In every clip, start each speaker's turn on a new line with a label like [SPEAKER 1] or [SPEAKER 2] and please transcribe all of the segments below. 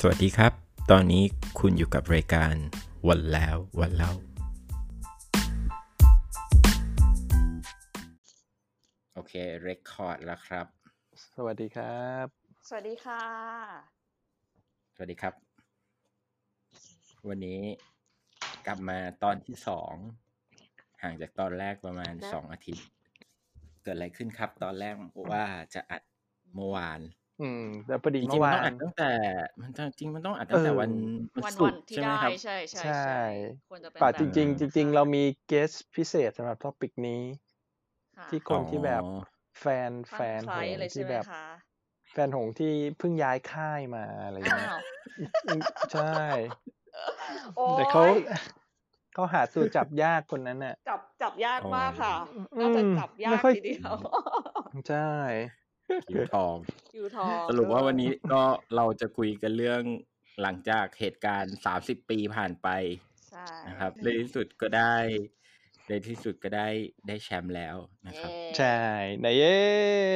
[SPEAKER 1] สวัสดีครับ ตอนนี้คุณอยู่กับรายการวันแล้ววันเล่า โอเค เรคคอร์ดแล้วครับ
[SPEAKER 2] สวัสดีครับ
[SPEAKER 3] สวัสดีค่ะ
[SPEAKER 1] สวัสดีครับ วันนี้กลับมาตอนที่สองห่างจากตอนแรกประมาณ
[SPEAKER 3] นะ
[SPEAKER 1] สองอาทิตย์ เกิดอะไรขึ้นครับ ตอนแรกว่าจะอัดเมื่อวาน
[SPEAKER 2] อืมแล้วพอ
[SPEAKER 1] จ
[SPEAKER 2] ดี
[SPEAKER 1] ริ
[SPEAKER 2] เมื่
[SPEAKER 1] ง
[SPEAKER 2] อ
[SPEAKER 1] ๆมันต้อง
[SPEAKER 2] วา
[SPEAKER 1] อั
[SPEAKER 2] น
[SPEAKER 1] ดตั้งแต่ มันต้องจริงๆมันต้องอัดตั้งแต่
[SPEAKER 2] เออ
[SPEAKER 1] วัน
[SPEAKER 3] วัน
[SPEAKER 1] ศุ
[SPEAKER 3] วั
[SPEAKER 1] ก
[SPEAKER 3] น
[SPEAKER 1] ร์
[SPEAKER 3] ที่
[SPEAKER 1] ใช่ไหม
[SPEAKER 3] ได้
[SPEAKER 1] ครับ
[SPEAKER 3] ใช่ใช่
[SPEAKER 2] ใช่
[SPEAKER 3] ควรจะเป็น
[SPEAKER 2] ป่า
[SPEAKER 3] แบบ
[SPEAKER 2] จริง
[SPEAKER 3] นั้น
[SPEAKER 2] ๆ จริง ๆ เรามีเกสพิเศษสำหรับท็อปิกนี้
[SPEAKER 3] ค่ะ
[SPEAKER 2] ที่คนที่แบบ
[SPEAKER 1] อ๋อ
[SPEAKER 2] แฟนแฟ
[SPEAKER 3] ฟัง
[SPEAKER 2] น
[SPEAKER 3] ไฟ
[SPEAKER 2] หง
[SPEAKER 3] ล์เลย
[SPEAKER 2] ส์
[SPEAKER 3] ใช่
[SPEAKER 2] ที่
[SPEAKER 3] ไหม
[SPEAKER 2] แบบ
[SPEAKER 3] คะ
[SPEAKER 2] แฟนหงส์ที่เพิ่งย้ายค่ายมาอะไรอย่าง
[SPEAKER 3] อ้า
[SPEAKER 2] เงี้ยว อืมใช่
[SPEAKER 3] โอ้
[SPEAKER 2] แต่เขา
[SPEAKER 3] ย
[SPEAKER 2] เขาหาตัวจับยากคนนั้นน่ะ
[SPEAKER 3] จับจับยากมากค่ะ
[SPEAKER 2] อืม
[SPEAKER 3] น่าจะจับยา
[SPEAKER 2] ไม่
[SPEAKER 3] ก
[SPEAKER 2] ค่อย
[SPEAKER 3] ทีเดียว
[SPEAKER 2] ใช่
[SPEAKER 1] คิวทอง
[SPEAKER 3] อยู่ทอง
[SPEAKER 1] สรุปว่าวันนี้ก็เราจะคุยกันเรื่องหลังจากเหตุการณ์สามสิบปีผ่านไป
[SPEAKER 3] ใช่
[SPEAKER 1] นะครับในที่สุดก็ได้ในที่สุดก็ได้ได้แชมป์แล้วนะครับ
[SPEAKER 3] เย้
[SPEAKER 2] ใช่ไหนเย้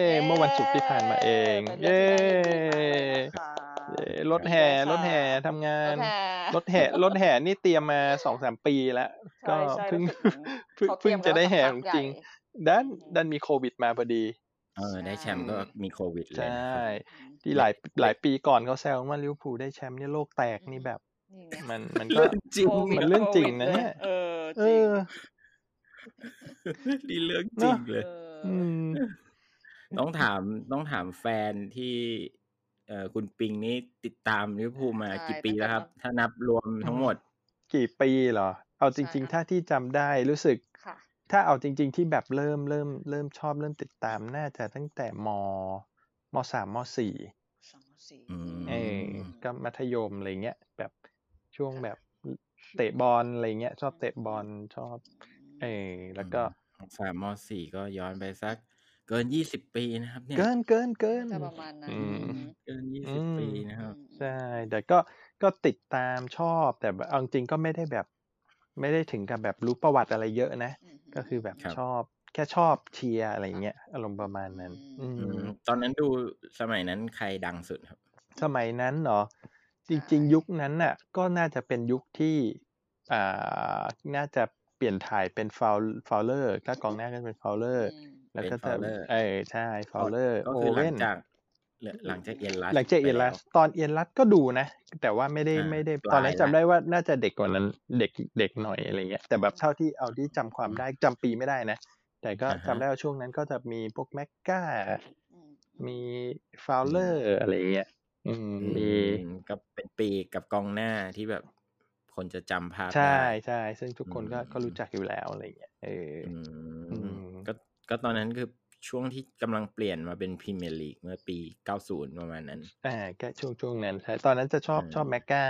[SPEAKER 3] เย้
[SPEAKER 2] เมื่อวันศุกร์ที่ผ่านมาเอง
[SPEAKER 3] ป็น
[SPEAKER 2] เย้
[SPEAKER 3] รื่องที่น่ายินดีมากเลยนะคะ
[SPEAKER 2] เย้รถแห่รถแห่ทำงาน รถแห่รถแห่นี่เตรียมมาสองสามปีแล้ว
[SPEAKER 3] รถแห่
[SPEAKER 2] ก็
[SPEAKER 3] ใช่ใช่
[SPEAKER 2] เพิ่ง
[SPEAKER 3] รู้สึกเหมือน
[SPEAKER 2] เพิ่ง
[SPEAKER 3] ขา
[SPEAKER 2] เพิ่งจะได้แห่
[SPEAKER 3] เตย
[SPEAKER 2] ขอ
[SPEAKER 3] มมาง สักพัก
[SPEAKER 2] จริง
[SPEAKER 3] ใหญ่
[SPEAKER 2] ด้าน
[SPEAKER 3] อืม
[SPEAKER 2] ด้านมีโควิดมาพอดี
[SPEAKER 1] เออ ได้แชมป์ก็มีโควิดเลย
[SPEAKER 2] ใช่
[SPEAKER 1] นะครับ
[SPEAKER 2] ที่หลายหลายปีก่อนเขาแซวว่าลิเวอร์พูลได้แชมป์เนี่ยโลกแตกนี่ แบบ
[SPEAKER 3] นี่ไง
[SPEAKER 2] มันมัน ก็
[SPEAKER 1] เรื่องจริง
[SPEAKER 3] โควิด
[SPEAKER 2] มันเรื่องจริงนะ
[SPEAKER 3] โควิด
[SPEAKER 2] เนี่ย
[SPEAKER 3] เออ
[SPEAKER 2] เอ
[SPEAKER 3] จริง
[SPEAKER 2] อ
[SPEAKER 1] นี่เรื่องจริงเลย
[SPEAKER 3] เอออ
[SPEAKER 2] อืม
[SPEAKER 1] ต้องถามต้องถามแฟนที่เอ่อคุณปิงนี่ติดตามลิเวอร์พูลมา
[SPEAKER 3] ใช่
[SPEAKER 1] กี่ปีแล้วครับ
[SPEAKER 3] ตั้ง
[SPEAKER 1] ถ้า
[SPEAKER 3] แต่
[SPEAKER 1] นับรวมทั้งหมด
[SPEAKER 2] กี่ปีเหรอ เอาจ
[SPEAKER 3] ใช่
[SPEAKER 2] ริง
[SPEAKER 3] ครับ
[SPEAKER 2] ๆ ถ้าที่จำได้รู้สึก
[SPEAKER 3] ค่ะ
[SPEAKER 2] ถ้าเอาจริง ๆ ที่แบบเริ่มเริ่มเริ่มชอบเริ่มติดตามน่าจะตั้งแต่มมสามมสี่
[SPEAKER 3] สองสี่
[SPEAKER 1] อืม
[SPEAKER 2] เออ
[SPEAKER 1] อืม
[SPEAKER 2] ก็มัธยมอะไรเงี้ยแบบช่วง
[SPEAKER 3] ค่ะ
[SPEAKER 2] แบบเตะบอลอะไรเงี้ยชอบเตะบอลชอบ เออแล้วก็
[SPEAKER 1] สามมสี่ก็ย้อนไปสัก เกินยี่สิบปีนะครับ เนี่ย
[SPEAKER 2] เกินเกินเกิน
[SPEAKER 3] าจะประมาณนั้น
[SPEAKER 2] อืม
[SPEAKER 1] เกินยี่
[SPEAKER 2] อื
[SPEAKER 1] สิบ
[SPEAKER 2] ม
[SPEAKER 1] ปีนะครับ
[SPEAKER 2] ใช่ แต่ก็ก็ติดตามชอบแต่แบบเอาจริงๆก็ไม่ได้แบบ ไม่ได้ถึงกับแบบรู้ประวัติอะไรเยอะนะ
[SPEAKER 3] มม
[SPEAKER 2] ก็คือแบบ
[SPEAKER 1] ครับ
[SPEAKER 2] ชอบแค่ชอบเชียร์อะไรเงี้ยอารมณ์ประมาณนั้นอื
[SPEAKER 3] อืม
[SPEAKER 1] อื
[SPEAKER 2] ม
[SPEAKER 1] มตอนนั้นดูสมัยนั้นใครดังสุดครับ
[SPEAKER 2] สมัยนั้นเนาะจ
[SPEAKER 3] ใช่
[SPEAKER 2] ริง ๆ ยุคนั้นน่ะ ก็น่าจะเป็นยุคที่อ่าน่าจะเปลี่ยนถ่ายเป็นฟาวฟาวเลอร์ถ้ากองหน้าก็จะเป็นฟาวเลอร์
[SPEAKER 3] ม
[SPEAKER 2] แล้วก็จะ
[SPEAKER 1] เป็น Fowler
[SPEAKER 2] เออใช่ฟาวเลอร์
[SPEAKER 1] ก็
[SPEAKER 2] โอ
[SPEAKER 1] คือหลั
[SPEAKER 2] เว่
[SPEAKER 1] ง
[SPEAKER 2] น
[SPEAKER 1] จากเหลือหลังจากเอียนรัส
[SPEAKER 2] หลังจากเอียนรัส
[SPEAKER 1] ไปแว
[SPEAKER 2] ตอนเอียนรัสก็ดูนะ แต่ว่าไม่ได้
[SPEAKER 1] อ่า
[SPEAKER 2] ไม่ได้
[SPEAKER 1] ปลาย
[SPEAKER 2] ตอนนั้น
[SPEAKER 1] ละ
[SPEAKER 2] จำได้ว่าน่าจะเด็กกว่านั้นเด็กเด็กหน่อยอะไรเงี้ยแต่แบบเท่าที่เอาที่จำความได้จำปีไม่ได้นะ แต่ก็จำได้ว่าช่วงนั้นก็จะมีพวกแม็กกา
[SPEAKER 3] อืม
[SPEAKER 2] มีฟาวเลอร์อะไรเงี้ยอืม
[SPEAKER 1] อื
[SPEAKER 2] มี
[SPEAKER 1] มก็เป็นปีกับกองหน้าที่แบบคนจะจำภาพ
[SPEAKER 2] ใช่
[SPEAKER 1] ได้
[SPEAKER 2] ใช่ซึ่งทุกคนก็
[SPEAKER 1] อืม
[SPEAKER 2] ก็รู้จักอยู่แล้วอะไรเงี้ยเออ
[SPEAKER 1] อื
[SPEAKER 2] อื
[SPEAKER 1] ม
[SPEAKER 2] ม
[SPEAKER 1] ก็ก็ตอนนั้นคือช่วงที่กำลังเปลี่ยนมาเป็นพรีเมียร์ลีกเมื่อปี 90 ประมาณนั้น
[SPEAKER 2] อ่าก็ช่วงช่วงนั้นใช่ตอนนั้นจะชอบ
[SPEAKER 1] อืม
[SPEAKER 2] ชอบแมกกา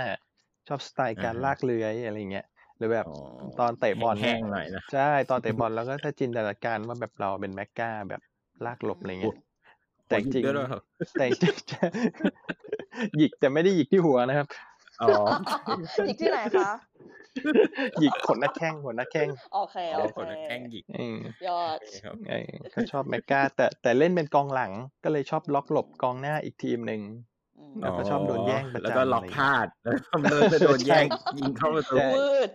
[SPEAKER 2] ชอบสไตล์การ
[SPEAKER 1] อ่าฮะ
[SPEAKER 2] ลากเลื้อยอะไรเงี้ยหรือแบบ
[SPEAKER 1] อ๋อ
[SPEAKER 2] ตอนเตะบอล
[SPEAKER 1] แห้
[SPEAKER 2] เนี่
[SPEAKER 1] งๆหน่อยนะ
[SPEAKER 2] ใช่ ตอนเตะบอลแล้วก็ถ้าจินตนาการว่าแบบเราเป็นแมกกาแบบลากหลบอะไรเงี้ย แต่จริง
[SPEAKER 1] โอ้หยิบด้วยเหอ
[SPEAKER 2] แต่จริง หยิกแต่ไม่ได้หยิกที่หัวนะครับ
[SPEAKER 1] อ๋อ
[SPEAKER 3] อีกที่ไหนคะ
[SPEAKER 2] หยิกขนหน้าแข้งขนหน้าแข้ง
[SPEAKER 3] โอเค
[SPEAKER 1] อ๋
[SPEAKER 3] โอ
[SPEAKER 1] อ
[SPEAKER 3] เค
[SPEAKER 1] คนละแข้งหยิก
[SPEAKER 2] อืม
[SPEAKER 3] ยอด
[SPEAKER 1] ครับ
[SPEAKER 2] เออก็ชอบแมกกาแต่แต่เล่นเป็นกองหลังก็เลยชอบล็อกหลบกองหน้าอีกทีมหนึ่ง
[SPEAKER 3] อืม
[SPEAKER 2] แล้วก็ชอบโดนแย่งประจำ
[SPEAKER 1] แล้วก็ล็อก
[SPEAKER 2] อะไรอย่าง
[SPEAKER 1] พ
[SPEAKER 2] เงี้ย
[SPEAKER 1] ลาด แล้วก็โดนไปโดนแย่ง
[SPEAKER 2] ใช่
[SPEAKER 1] ยิงเข้าประตู
[SPEAKER 2] ใช่
[SPEAKER 3] วืด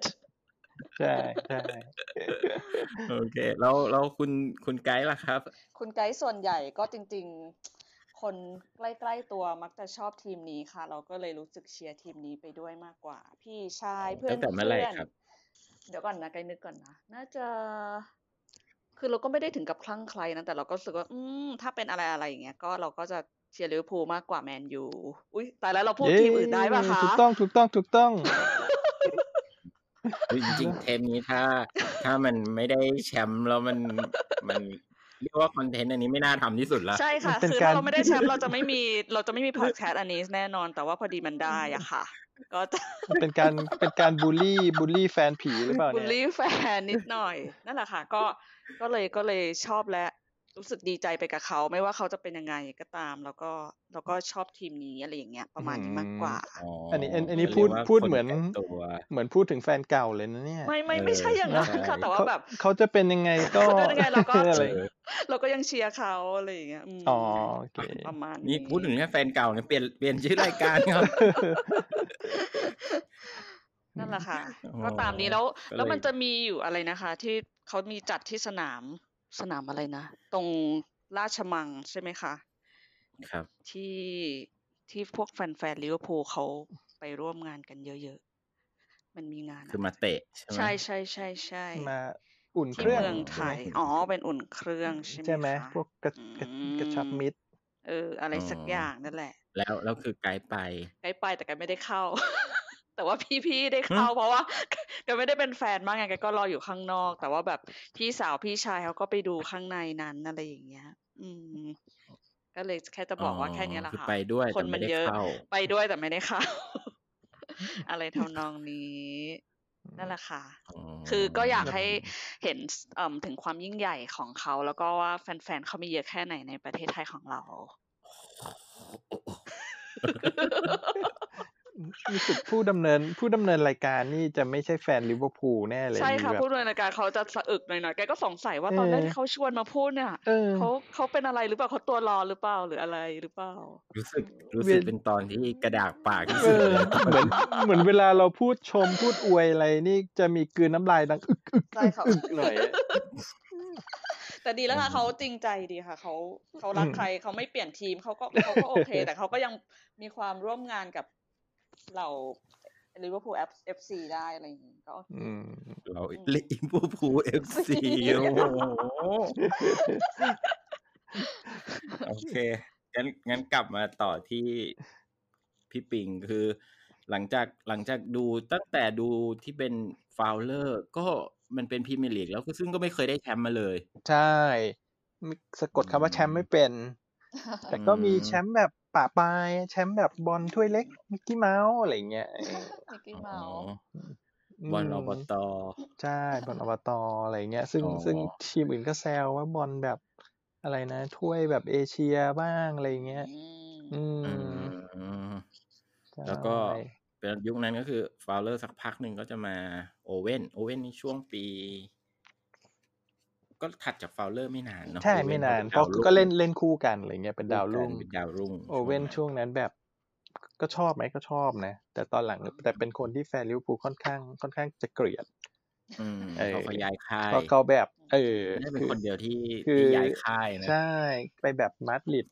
[SPEAKER 2] ใช่ใช่
[SPEAKER 1] โอเค แล้วแล้วคุณคุณไกด์ล่ะครับ
[SPEAKER 3] คุณไกด์ส่วนใหญ่ก็จริง ๆ คนใกล้ๆตัวมักจะชอบทีมนี้ค่ะ เราก็เลยรู้สึกเชียร์ทีมนี้ไปด้วยมากกว่า พี่ชายเพื่อ
[SPEAKER 1] ตั้
[SPEAKER 3] น
[SPEAKER 1] งแต่เมื่อไหร่
[SPEAKER 3] เพื่อน
[SPEAKER 1] ครับ
[SPEAKER 3] เดี๋ยวก่อนนะไกด์นึกก่อนนะน่าจะ คือเราก็ไม่ได้ถึงกับคลั่งไคล้นะแต่เราก็รู้สึกว่า อืมถ้าเป็นอะไรอะไรอย่างเงี้ยก็เราก็จะเชียร์ลิเวอร์พูลมากกว่าแมนยูอุ้ยตายแล้วเราพูดทีมอื่นได้ปะคะ
[SPEAKER 2] ถูกต้องถูกต้องถูกต้อง
[SPEAKER 1] จริ งๆเทปนี้ ถ้า ถ้ามันไม่ได้แชมป์แล้วมันมันเรียกว่าคอนเทนต์อันนี้ไม่น่าทำที่สุดละ
[SPEAKER 3] ใช่ค่ะ
[SPEAKER 2] มันเป็น
[SPEAKER 3] คือ
[SPEAKER 2] การ
[SPEAKER 3] ถ้าเราไม่ได้แชมป์เราจะไม่มีเราจะไม่มีพอดแคสต์อันนี้แน่นอน แต่ว่าพอดีมันได้อะค่ะ ก็จะ
[SPEAKER 2] มันเป็นการเป็นการบูลลี่บูลลี่แฟนผีหรือเปล่า
[SPEAKER 3] บู
[SPEAKER 2] เนี่
[SPEAKER 3] ล
[SPEAKER 2] ย
[SPEAKER 3] ลี่แฟนนิดหน่อย นั่นแหละค่ะ ก็ก็เลยก็เลยชอบและ รู้สึกดีใจไปกับเขา ไม่ว่าเขาจะเป็นยังไงก็ตาม แล้วก็แล้วก็ชอบทีมนี้อะไรอย่างเงี้ยประมาณนี้มากกว่า
[SPEAKER 2] อันนี้อันอันนี้พูด
[SPEAKER 1] เรียกว่า
[SPEAKER 2] พูดเหมือน
[SPEAKER 1] คนแต่งตัว
[SPEAKER 2] เหมือนพูดถึงแฟนเก่าเลยนะเนี่ย
[SPEAKER 3] ไม่ไม่ไม่ใช่อย่างนั้น
[SPEAKER 1] เออ
[SPEAKER 3] ค่ะแต่ว่า
[SPEAKER 2] เขา
[SPEAKER 3] แบบ
[SPEAKER 2] เขาจะเป็นยังไงก็
[SPEAKER 3] เขาจะเป็นยังไงเราก็
[SPEAKER 2] อะไร
[SPEAKER 1] เออ
[SPEAKER 3] เราก็ยังเชียร์เขาอะไรอย่างเงี้ยม
[SPEAKER 2] อ๋อโอเค
[SPEAKER 3] ประมาณ
[SPEAKER 1] นี่
[SPEAKER 3] นี้
[SPEAKER 1] พูดถึงแค่แฟนเก่าเนี่ยเปลี่ยนเปลี่ยนชื่อรายการครับ
[SPEAKER 3] นั่นแหละค่ะ
[SPEAKER 1] อ๋อ
[SPEAKER 3] ก็ตามนี้แล้ว
[SPEAKER 1] ก็เลย
[SPEAKER 3] แล้วมันจะมีอยู่อะไรนะคะ ที่เขามีจัดที่สนามสนามอะไรนะ ตรงราชมังใช่ไหมคะ
[SPEAKER 1] ครับ
[SPEAKER 3] ที่ที่พวกแฟนๆลิเวอร์พูลเขาไปร่วมงานกันเยอะๆ มันมีงานอะ
[SPEAKER 1] คือมาเตะใช่ไหม
[SPEAKER 3] ใช่ใช่ใช่ใช่
[SPEAKER 2] มาอุ่นเค
[SPEAKER 3] ที่
[SPEAKER 2] รื่อง
[SPEAKER 3] เมืองไทย อ๋อ เป็นอุ่นเครื่องใช่
[SPEAKER 2] ใช่ไหม
[SPEAKER 3] คะ
[SPEAKER 2] พวกกระกระ
[SPEAKER 3] อืม
[SPEAKER 2] กระชับมิตร
[SPEAKER 3] เออ อะไรสักอย่างนั่นแหละ
[SPEAKER 1] แล้วแล้วคือไกด์ไป
[SPEAKER 3] ไปไปแต่กันไม่ได้เข้า แต่ว่าพี่พี่ได้เข้า เพราะว่า กันไม่ได้เป็นแฟนมากไงกันก็รออยู่ข้างนอก แต่ว่าแบบพี่สาวพี่ชายเขาก็ไปดูข้างในนั้นอะไรอย่างเงี้ย อืม ก็เลยแค่จะบอกว่าแค่เนี้ยแหละ
[SPEAKER 1] อ
[SPEAKER 3] ค่ะ
[SPEAKER 1] ไปด้วย
[SPEAKER 3] คน
[SPEAKER 1] แต่
[SPEAKER 3] มั
[SPEAKER 1] ไม่
[SPEAKER 3] น
[SPEAKER 1] ได้
[SPEAKER 3] เยอะ
[SPEAKER 1] เข้า
[SPEAKER 3] ไปด้วยแต่ไม่ได้ เข้า อะไรทำนองนี้ นั่นแหละค่ะ
[SPEAKER 1] อ๋
[SPEAKER 3] คือก็อยาก
[SPEAKER 2] ครับ
[SPEAKER 3] ให้เห็นเอิ่มถึงความยิ่งใหญ่ของเขา แล้วก็ว่าแฟนๆเขามีเยอะแค่ไหนในประเทศไทยของเรา
[SPEAKER 2] รู้สึกผู้ดำเนินผู้ดำเนินรายการนี่จะไม่ใช่แฟนลิเวอร์พูลแน่เลย
[SPEAKER 3] ใช่ค่ะ
[SPEAKER 2] มีแบบ
[SPEAKER 3] ผู้ดำเนินรายการเขาจะสะอึกหน่อยๆ แกก็สงสัยว่าตอนแรก
[SPEAKER 2] เออ
[SPEAKER 3] ที่เขาชวนมาพูดเนี่ย
[SPEAKER 2] เออ
[SPEAKER 3] เขาเขาเป็นอะไรหรือเปล่าเขาตัวร้อนหรือเปล่าหรืออะไรหรือเปล่า
[SPEAKER 1] รู้สึกรู้สึกเป็นตอนที่กระดากปากที่
[SPEAKER 2] เอ
[SPEAKER 1] สุด
[SPEAKER 2] อ
[SPEAKER 1] เลย
[SPEAKER 2] เหมือนเหมือนเวลาเราพูดชมพูดอวยอะไรนี่จะมีกลืนน้ำลายดังอึกอึก
[SPEAKER 3] ใช่
[SPEAKER 2] อึก
[SPEAKER 3] ค่ะ
[SPEAKER 2] อึกหน่อยอะ
[SPEAKER 3] แต่ดีแล้วค่ะเขาจริงใจดีค่ะเขาเขารักใครเขาไม่เปลี่ยนทีมเขา ก็เขาก็โอเค แต่เขาก็ยังมีความร่วมงานกับเราลิเวอร์พูลเอฟซีได้อะไรอย่างงี้ก็โอเค
[SPEAKER 2] อืม
[SPEAKER 1] เราเล่นอิ มพูพูเอฟซีโอ้โหโอเคงั้นงั้นกลับมาต่อที่พี่ปิงคือ หลังจากหลังจากดูตั้งแต่ดูที่เป็นฟาวเลอร์ ก็มันเป็นพรีเมียร์ลีกแล้วก็ซึ่งก็ไม่เคยได้แชมป์มาเลย
[SPEAKER 2] ใช่ไม่สะกดคำว่าแชมป์ไม่เป็น แต่ก็มีแชมป์แบบป่าปลาย แชมป์แบบบอลถ้วยเล็กมิกกี้เมาส์อะไรอย่างเงี้ยเออ
[SPEAKER 3] มิกกี้เมาส์
[SPEAKER 2] ม
[SPEAKER 1] บอลอบต
[SPEAKER 2] ใช่บอลอบตอะไรเงี้ย ซึ่ง
[SPEAKER 1] อ๋อ
[SPEAKER 2] ซึ่งทีมอื่นก็แซวว่าบอลแบบอะไรนะถ้วยแบบเอเชียบ้างอะไรเงี้ย อืม
[SPEAKER 1] อืม แล้วก็
[SPEAKER 2] ใช่
[SPEAKER 1] เป็นยุคนั้นก็คือฟาวเลอร์สักพักหนึ่งก็จะมาโอเว่นโอเว่นนี่ช่วงปี ก็ถัดจากฟาวเลอร์ไม่นานเนาะ
[SPEAKER 2] ใช่
[SPEAKER 1] Owen
[SPEAKER 2] ไม่นาน
[SPEAKER 1] ป็
[SPEAKER 2] เพราะ
[SPEAKER 1] ดวง
[SPEAKER 2] ก็เล่นเล่นคู่กันอะไรเงี้ยเป็นดาวรุ่ง
[SPEAKER 1] เป็นดาวรุ่ง
[SPEAKER 2] โอเว่นช่วงนั้นแบบก็ชอบไหมก็ชอบนะ แต่ตอนหลังแต่เป็นคนที่แฟนลิเวอร์พูลค่อนข้างค่อนข้างจะเกลียด
[SPEAKER 1] อืม
[SPEAKER 2] เออ
[SPEAKER 1] เขาขยายค่าย
[SPEAKER 2] เพราะเขาแบบ เออ
[SPEAKER 1] ไม่ได้เป็น
[SPEAKER 2] คือ
[SPEAKER 1] คนเดียวที่
[SPEAKER 2] คือ
[SPEAKER 1] ที่ย้ายค่ายนะ
[SPEAKER 2] ใช่ไปแบบมาดริด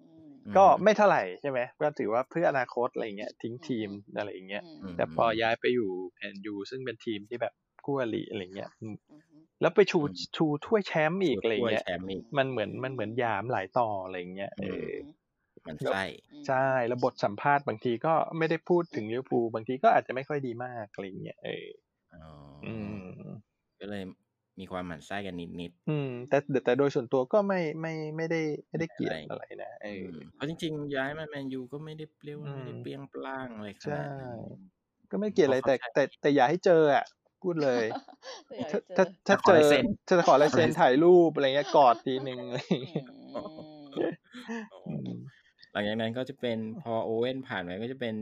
[SPEAKER 3] อืม
[SPEAKER 2] ก็ไม่เท่าไหร่ใช่ไหมก็ถือว่าเพื่ออนาคตอะไรเงี้ยทิ้งทีมอะไรอย่างเงี้ย
[SPEAKER 3] อืม
[SPEAKER 1] ม
[SPEAKER 2] แต่พอย้ายไปอยู่แอนยูซึ่งเป็นทีมที่แบบกู้อริอะไรเงี้ยอืม
[SPEAKER 3] อืม
[SPEAKER 2] แล้วไปชูชูถ้วยแชมป์อีกอะไร
[SPEAKER 1] ถ้วย
[SPEAKER 2] เงี้ย
[SPEAKER 1] แชมป์อีก
[SPEAKER 2] มันเหมือนมันเหมือนหยามหลายต่ออะไรเงี้ยเออ
[SPEAKER 1] มันไส้
[SPEAKER 2] ใช่แล้วบทสัมภาษณ์บางทีก็ไม่ได้พูดถึงลิเวอร์พูลบางทีก็อาจจะไม่ค่อยดีมากอะไรเงี้ยเออ
[SPEAKER 1] อ๋ออ
[SPEAKER 2] อืม
[SPEAKER 1] ก็เลยมีความหมั่นไส้กันนิดนิด
[SPEAKER 2] อืม แต่แต่แต่โดยส่วนตัวก็ไม่ไม่ไม่ได้ไม่ได้เกลียดอะไรนะ
[SPEAKER 1] ๆ
[SPEAKER 2] เออ
[SPEAKER 1] มเพราะจริงๆย้ายมาแมนยูก็ไม่ได้เรียกว่าไม่ได้
[SPEAKER 2] อืม
[SPEAKER 1] เปรี้ยงปล้างอะไรข
[SPEAKER 2] ใช่
[SPEAKER 1] นาดนั้น
[SPEAKER 2] ก็ไม่เกลียดอะไรแต่แต่แต่แต่อย่าให้เจออ่ะ พูด เลย
[SPEAKER 3] แต่อยาก
[SPEAKER 2] ถ้า
[SPEAKER 3] เจ
[SPEAKER 1] จะขอ
[SPEAKER 2] ถ้าถ้าเจอ
[SPEAKER 3] อ
[SPEAKER 1] ลายเซ็น
[SPEAKER 2] จะขอลายเซ็นถ่ายรูปอะไรเงี้ยก อดทีนึงอะไร
[SPEAKER 3] อื
[SPEAKER 2] เงี้ย
[SPEAKER 3] ม
[SPEAKER 2] อืม
[SPEAKER 1] หลังจากนั้นก็จะเป็นพอโอเว่นผ่านไปก็จะเป็น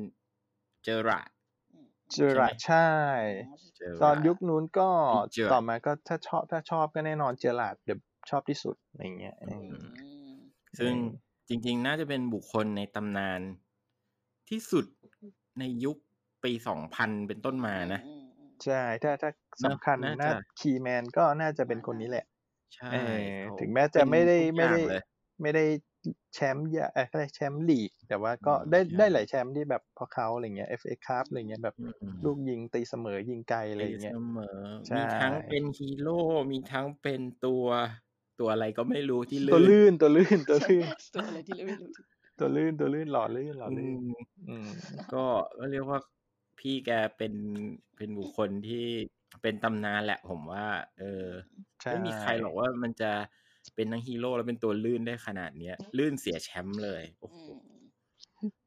[SPEAKER 1] เจอราร์ด
[SPEAKER 2] เจอระใช่
[SPEAKER 1] เจอราร์ด
[SPEAKER 2] ตอนยุคนู้นก็
[SPEAKER 1] เจอร์
[SPEAKER 2] ต่อมาก็ถ้าชอบถ้าชอบก็แน่นอนเจอราร์ดเดยวชอบที่สุดอะไรเงี้ยเอ
[SPEAKER 3] อื
[SPEAKER 2] อ
[SPEAKER 3] ม
[SPEAKER 1] ซึ่ง
[SPEAKER 2] อืม
[SPEAKER 1] จริงๆ น่าจะเป็นบุคคลในตำนานที่สุดในยุคปีสองพันเป็นต้นมานะ
[SPEAKER 3] อืมอืม
[SPEAKER 2] ใช่ ถ้าถ้าสำคัญ
[SPEAKER 1] น่า
[SPEAKER 2] น่า
[SPEAKER 1] จะ
[SPEAKER 2] คีย์แมนก็น่าจะเป็นคนนี้แหละ
[SPEAKER 1] ใช่
[SPEAKER 2] เออ
[SPEAKER 1] เขา
[SPEAKER 2] ถึงแม้จะไม่ได้
[SPEAKER 1] เป็นทุกอย่าง
[SPEAKER 2] ไม่ได้
[SPEAKER 1] เลย
[SPEAKER 2] ไม่ได้แชมป์ใหญ่เอ่อเขาเรียกแชมป์ลีก แต่ว่าก็
[SPEAKER 1] อืม
[SPEAKER 2] ได้
[SPEAKER 1] ใช่
[SPEAKER 2] ได้หลายแชมป์ที่แบบเพอเขาอะไรเงี้ย FA Cup อะไรเงี้ยแบบลูกยิงตีเสมอยิงไกลอะไร
[SPEAKER 1] ตีเส
[SPEAKER 2] เงี้ย
[SPEAKER 1] มอ
[SPEAKER 2] ใช่
[SPEAKER 1] มีทั้งเป็นฮีโร่ มีทั้งเป็นตัวตัวอะไรก็ไม่รู้ที่
[SPEAKER 2] ตัว
[SPEAKER 1] ลื่น
[SPEAKER 2] ลื่นตัวลื่นตัวลื่น
[SPEAKER 3] ตัวอะไรที่เราไม่รู้ที่
[SPEAKER 2] ตัวลื่นตัวลื่นหล่อลื่นหล่อ
[SPEAKER 1] อื
[SPEAKER 2] ลื่น
[SPEAKER 1] ม
[SPEAKER 2] อืม
[SPEAKER 1] ก็ก็เรียกว่าพี่แกเป็นเป็นบุคคลที่เป็นตำนานแหละผมว่า เออ
[SPEAKER 2] ใช่
[SPEAKER 1] ไม่มีใครหรอกว่ามันจะเป็นทั้งฮีโร่แล้วเป็นตัวลื่นได้ขนาดเนี้ย ลื่นเสียแชมป์เลยโอ้โห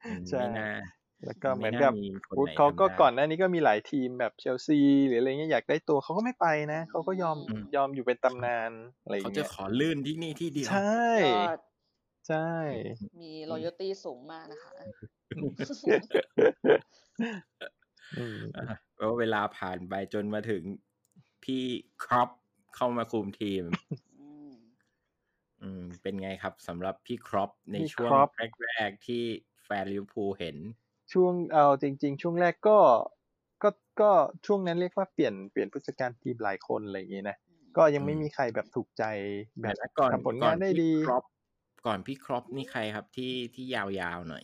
[SPEAKER 3] อืม
[SPEAKER 1] มัน
[SPEAKER 2] ใช่
[SPEAKER 1] ไม่น่า
[SPEAKER 2] แล้วก็เหมือน
[SPEAKER 1] ไา
[SPEAKER 2] กับ
[SPEAKER 1] คน
[SPEAKER 2] วูด
[SPEAKER 1] ไหน
[SPEAKER 2] เขาก็
[SPEAKER 1] ทำได้
[SPEAKER 2] ก่อนหน้านี้ก็มีหลายทีมแบบเชลซีหรืออะไรเงี้ยอยากได้ตัวเขาก็ไม่ไปนะเขาก็ยอม
[SPEAKER 1] อืม
[SPEAKER 2] ยอมอยู่เป็นตำนานอะไร
[SPEAKER 1] เขาจะ
[SPEAKER 2] เงี้ย
[SPEAKER 1] ขอลื่นที่นี่ที่เดียว
[SPEAKER 2] ใช่
[SPEAKER 3] ยอด
[SPEAKER 2] ใช่
[SPEAKER 3] มีรอยตี้สูงมากนะคะ
[SPEAKER 2] อืม
[SPEAKER 1] อ่ะแล้วเวลาผ่านไปจนมาถึงพี่ครอปเข้ามาคุมทีม
[SPEAKER 3] อืม
[SPEAKER 1] อืม เป็นไงครับสำหรับพี่ครอปในช่วงแรกๆที่แฟนลิเวอร์พูลเห็น
[SPEAKER 2] ช่วงเอาจริง ๆ ช่วงแรกก็ก็ก็ช่วงนั้นเรียกว่าเปลี่ยนเปลี่ยนผู้จัดการทีมหลายคนอะไรอย่างเงี้ยนะก็ยังไม่
[SPEAKER 1] อืม
[SPEAKER 2] มีใครแบบถูกใจแบบ
[SPEAKER 1] แต่ก่อน
[SPEAKER 2] ทำผ
[SPEAKER 1] ก่อง
[SPEAKER 2] ลาน นได้ดี
[SPEAKER 1] พี่ครอปก่อนพี่ครอปนี่ใครครับที่ที่ยาวๆหน่อย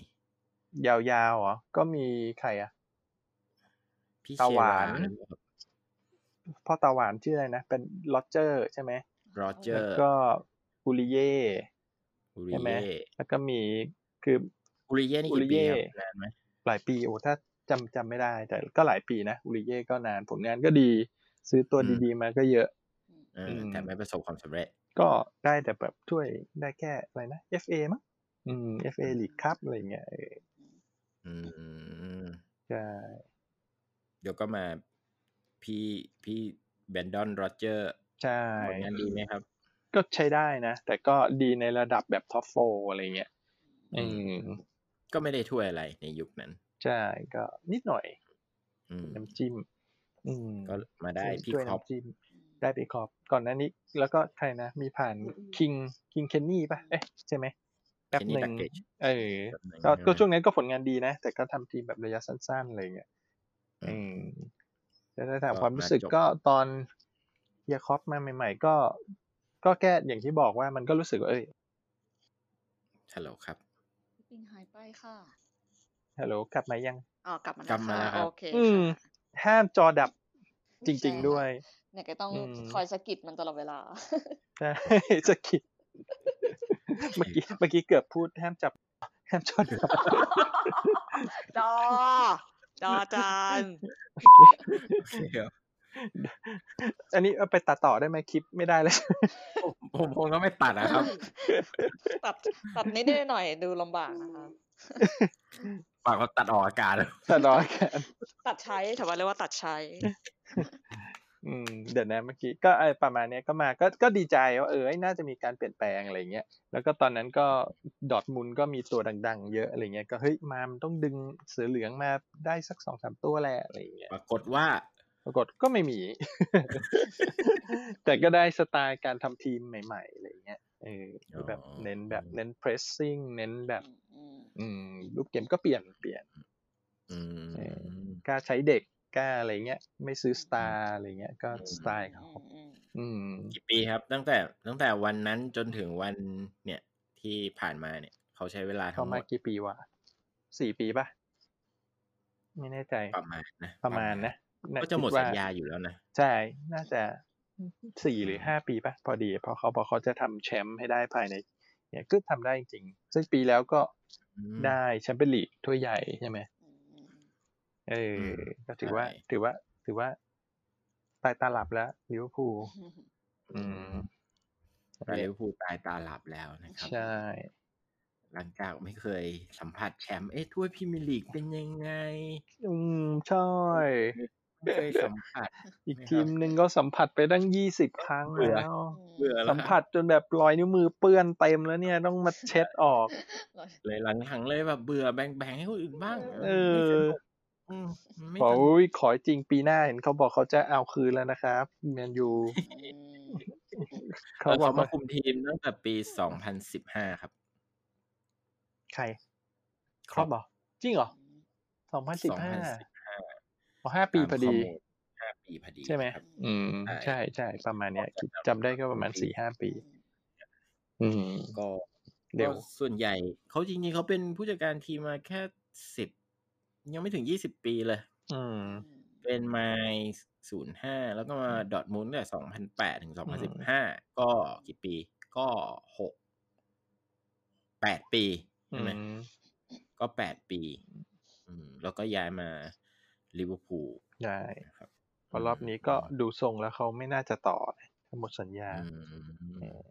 [SPEAKER 2] ยาวๆเหรอก็มีใครอะ
[SPEAKER 1] พี่
[SPEAKER 2] ตา
[SPEAKER 1] เช
[SPEAKER 2] หวา
[SPEAKER 1] ลาน หรือเปล่า
[SPEAKER 2] พ่อตาหวานชื่ออะไรนะเป็นลอเจอร์ใช่ไหม
[SPEAKER 1] โรเจอ
[SPEAKER 2] แล้ว
[SPEAKER 1] ร์
[SPEAKER 2] ก็อูริเย่
[SPEAKER 1] อูริ
[SPEAKER 2] ใช่ไหม
[SPEAKER 1] เย่
[SPEAKER 2] แล้วก็มีคือ
[SPEAKER 1] อูริเย่นี่
[SPEAKER 2] อูริ
[SPEAKER 1] กี่
[SPEAKER 2] เย่
[SPEAKER 1] ปีครับนานไหม
[SPEAKER 2] หลายปีโอ้ถ้าจำจำไม่ได้ แต่ก็หลายปีนะอูริเย่ก็นานผลงานก็ดี ซื้อตัวดีๆมาก็เยอะ
[SPEAKER 1] เอออ
[SPEAKER 2] ม
[SPEAKER 1] แต่ไม่ประสบความสำเร็จ
[SPEAKER 2] ก็ได้แต่แบบถ้วยได้แค่อะไรนะ FA มั้งอืม FA ลีกครับอะไรเงี้ยเออ
[SPEAKER 1] อืม
[SPEAKER 2] ใช่
[SPEAKER 1] เดี๋ยวก็มาพี่พี่แบนดอนโรเจอร์
[SPEAKER 2] ใช่
[SPEAKER 1] ผลงานดีไหมครับ
[SPEAKER 2] ก็ใช้ได้นะ แต่ก็ดีในระดับแบบท็อปโฟอะไรเงี้ยอืม
[SPEAKER 1] ก็ไม่ได้ถ้วยอะไรในยุคนั้น
[SPEAKER 2] ใช่ก็นิดหน่อย
[SPEAKER 1] อืม
[SPEAKER 2] น้ำจิ้ม อืม
[SPEAKER 1] ก็มาได้พี่
[SPEAKER 2] ช่วย
[SPEAKER 1] ครอป
[SPEAKER 2] น้ำจิ้ม ได้ไปขอบก่อนหน้านี้ แล้วก็ใครนะ มีผ่านคิงคิงเคนนี่ป่ะ เอ๊ะใช่ไหมแป๊บ
[SPEAKER 1] เคน
[SPEAKER 2] ห
[SPEAKER 1] นี่
[SPEAKER 2] นึ่
[SPEAKER 1] แพ็ก
[SPEAKER 2] ง
[SPEAKER 1] เกจ
[SPEAKER 2] เออก็ก็ช่วงนั้นก็ผลงานดีนะ แต่ก็ทำทีมแบบระยะสั้นๆอะไรอย่างเงี้ย
[SPEAKER 1] อื
[SPEAKER 2] อื
[SPEAKER 1] ม
[SPEAKER 2] มแล้วถ้าถาม
[SPEAKER 1] ก็
[SPEAKER 2] ความรู้สึก
[SPEAKER 1] มาจบ
[SPEAKER 2] ก็ตอนเฮียคอปมาใหม่ ๆ ก็ก็แค่อย่างที่บอกว่ามันก็รู้สึกว่าเอ้ย
[SPEAKER 1] ฮัลโหลครับ
[SPEAKER 3] ปิงหายไปค่ะ
[SPEAKER 2] ฮัลโหลกลับมายัง
[SPEAKER 3] อ๋อกลับมา
[SPEAKER 1] กลั
[SPEAKER 3] แล้ว
[SPEAKER 1] บมา
[SPEAKER 3] ค่ะ
[SPEAKER 1] แล้วครับ
[SPEAKER 3] โอเค
[SPEAKER 2] อืม
[SPEAKER 3] ค่ะ
[SPEAKER 2] ห้ามจอดับจริง ๆ ด้วย
[SPEAKER 3] เนี่ยก็ต้อง
[SPEAKER 2] อืม
[SPEAKER 3] คอยสะกิดมันตลอดเวลา
[SPEAKER 2] ใช่ จะคิดเมื่อกี้เมื่อกี้เกือบพูดห้ามจับห้ามจอดับ
[SPEAKER 3] จอ จอจาน
[SPEAKER 1] โอเคครับ
[SPEAKER 2] อันนี้เอาไปตัดต่อได้ไหมคลิปไม่ได้เลย
[SPEAKER 1] ผมผมคงก็ไม่ตัดนะครับ
[SPEAKER 3] ตัดตัดนิดๆหน่อยๆดูลำบากนะคะ
[SPEAKER 1] ฝากเขาตัดออกอากาศแล้ว
[SPEAKER 2] ตัดร้อยกัน
[SPEAKER 3] ตัดใช้แต่ว่าเรียกว่าตัดใช้
[SPEAKER 2] อืมเดี๋ยวนะเมื่อกี้ก็ไอประมาณเนี้ยก็มาก็ก็ดีใจว่าเออน่าจะมีการเปลี่ยนแปลงอะไรเงี้ยแล้วก็ตอนนั้นก็ดอร์ทมุนด์ก็มีตัวดัง ๆ เยอะอะไรเงี้ยก็เฮ้ยมามันต้องดึงเสือเหลืองมาได้สักสองสามตัวแหละอะไรเงี้ย
[SPEAKER 1] ปรากฏว่า
[SPEAKER 2] ปรากฏก็ไม่มี แต่ก็ได้สไตล์การทำทีมใหม่ ๆอะไรเงี้ยเออที่แบบ
[SPEAKER 1] อ๋อ
[SPEAKER 2] เน้นแบบเน้น pressing เน้นแบบ
[SPEAKER 3] อืม
[SPEAKER 2] อืมรูปเกมก็เปลี่ยนเปลี่ยน
[SPEAKER 1] อื
[SPEAKER 2] เอ
[SPEAKER 1] ม
[SPEAKER 2] กล้าใช้เด็กกล้าอะไรเงี้ย ไม่ซื้อสตาร์อะไรเงี้ยก็สไตล์เขา
[SPEAKER 3] อืม
[SPEAKER 2] อืม
[SPEAKER 1] กี่ปีครับ ตั้งแต่ตั้งแต่วันนั้นจนถึงวันเนี่ยที่ผ่านมาเนี่ยเขาใช้เวลาทั้
[SPEAKER 2] เข้าง
[SPEAKER 1] หม
[SPEAKER 2] มา
[SPEAKER 1] ด
[SPEAKER 2] กี่ปีวะสี่ปีปะไม่แน่ใจ
[SPEAKER 1] ประมาณนะ
[SPEAKER 2] ประมาณนะน่
[SPEAKER 1] ก็จะหมด
[SPEAKER 2] คิว่
[SPEAKER 1] สัญญาอยู่แล้วนะ
[SPEAKER 2] ใช่ น่าจะสี่หรือห้าปีปะพอดี เพราะเขาบอกเขาจะทำแชมป์ให้ได้ภายใน เนี่ยก็ทำได้จริงๆซึ่งปีแล้วก็
[SPEAKER 1] อืม
[SPEAKER 2] ได้แชมเปี้ยนลีกถ้วยใหญ่ใช่ไหม
[SPEAKER 3] อืม
[SPEAKER 2] เอออ
[SPEAKER 1] ม
[SPEAKER 2] ก็ถือว่า
[SPEAKER 1] ใช่
[SPEAKER 2] ถือว่า ถือว่าตายตาหลับแล้วลิเวอร์พูล
[SPEAKER 3] อืม
[SPEAKER 2] อืม
[SPEAKER 1] ไปลิเวอร์พูลตายตาหลับแล้วนะครับ
[SPEAKER 2] ใช่
[SPEAKER 1] หลังจากไม่เคยสัมผัสแชมป์เอ๊ะถ้วยพรีเมียร์ลีกเป็นยังไง
[SPEAKER 2] อืมใช่
[SPEAKER 1] ไม่เคยสัมผัส
[SPEAKER 2] อีก
[SPEAKER 1] นะครับ
[SPEAKER 2] ทีมหนึ่งก็สัมผัสไปตั้งยี่สิบครั้ง
[SPEAKER 1] เบื่อ
[SPEAKER 2] แล้ว
[SPEAKER 1] เบื่อแล้
[SPEAKER 2] สั
[SPEAKER 1] ว
[SPEAKER 2] ม
[SPEAKER 1] ค
[SPEAKER 2] ผั
[SPEAKER 1] รับ
[SPEAKER 2] สจนแบบรอยนิ้วมือเปื้อนเต็มแล้วเนี่ยต้องมาเช็ดออก
[SPEAKER 1] เลยหลังๆเลยแบบเบื่อแบ่งๆให้คนอื่นบ้าง
[SPEAKER 2] เออ
[SPEAKER 1] ไม่สนุกอืมมันไม่
[SPEAKER 2] บอ
[SPEAKER 1] ส
[SPEAKER 2] ก
[SPEAKER 1] นุก
[SPEAKER 2] อุ๊ยขอจริงปีหน้าเห็นเขาบอกเขาจะเอาคืนแล้วนะครับแมน ยู
[SPEAKER 3] อืม
[SPEAKER 1] เอ
[SPEAKER 2] เขา
[SPEAKER 1] อบ
[SPEAKER 2] อ
[SPEAKER 1] เขา
[SPEAKER 2] ก
[SPEAKER 1] มา
[SPEAKER 2] ว่า
[SPEAKER 1] คุมทีมตั้งแต่ปี 2015 ครับ
[SPEAKER 2] ใครครอบเหรอจริงเหรอสองพันสิบห้า
[SPEAKER 1] 2015
[SPEAKER 2] อ๋อห้าปีพอดี
[SPEAKER 1] ตามข้มูลห้าปีพอดี
[SPEAKER 2] ใช่ไหม
[SPEAKER 1] ครับ
[SPEAKER 2] อืม
[SPEAKER 1] ใช่
[SPEAKER 2] ใช่ใช่ประมาณเนี้ย
[SPEAKER 1] เขาจะ
[SPEAKER 2] จำได้ก็ประมาณสี่ห้าปี อืม
[SPEAKER 1] ก็
[SPEAKER 2] เร็ว
[SPEAKER 1] ก็ส่วนใหญ่ เขาจริงๆเขาเป็นผู้จัดการทีมมาแค่สิบยังไม่ถึงยี่สิบปีเลย
[SPEAKER 2] อืม
[SPEAKER 3] อืม
[SPEAKER 1] เป็นมาศูนย์ห้าแล้วก็มาดอทมุนเนี่ยสองพันแปดถึงสองพันสิบห้าก็กี่ปีก็หกแปดปี
[SPEAKER 2] อื
[SPEAKER 1] ใช่ไหม
[SPEAKER 2] ม
[SPEAKER 1] ก็แปดปี อืมแล้วก็ย้ายมาลิเวอร์พูล
[SPEAKER 2] ใช่
[SPEAKER 1] นะครับ
[SPEAKER 2] เพราะรอบนี้ก็ดูทรงแล้วเขาไม่น่าจะต่อนะหมดสัญญา
[SPEAKER 1] อืม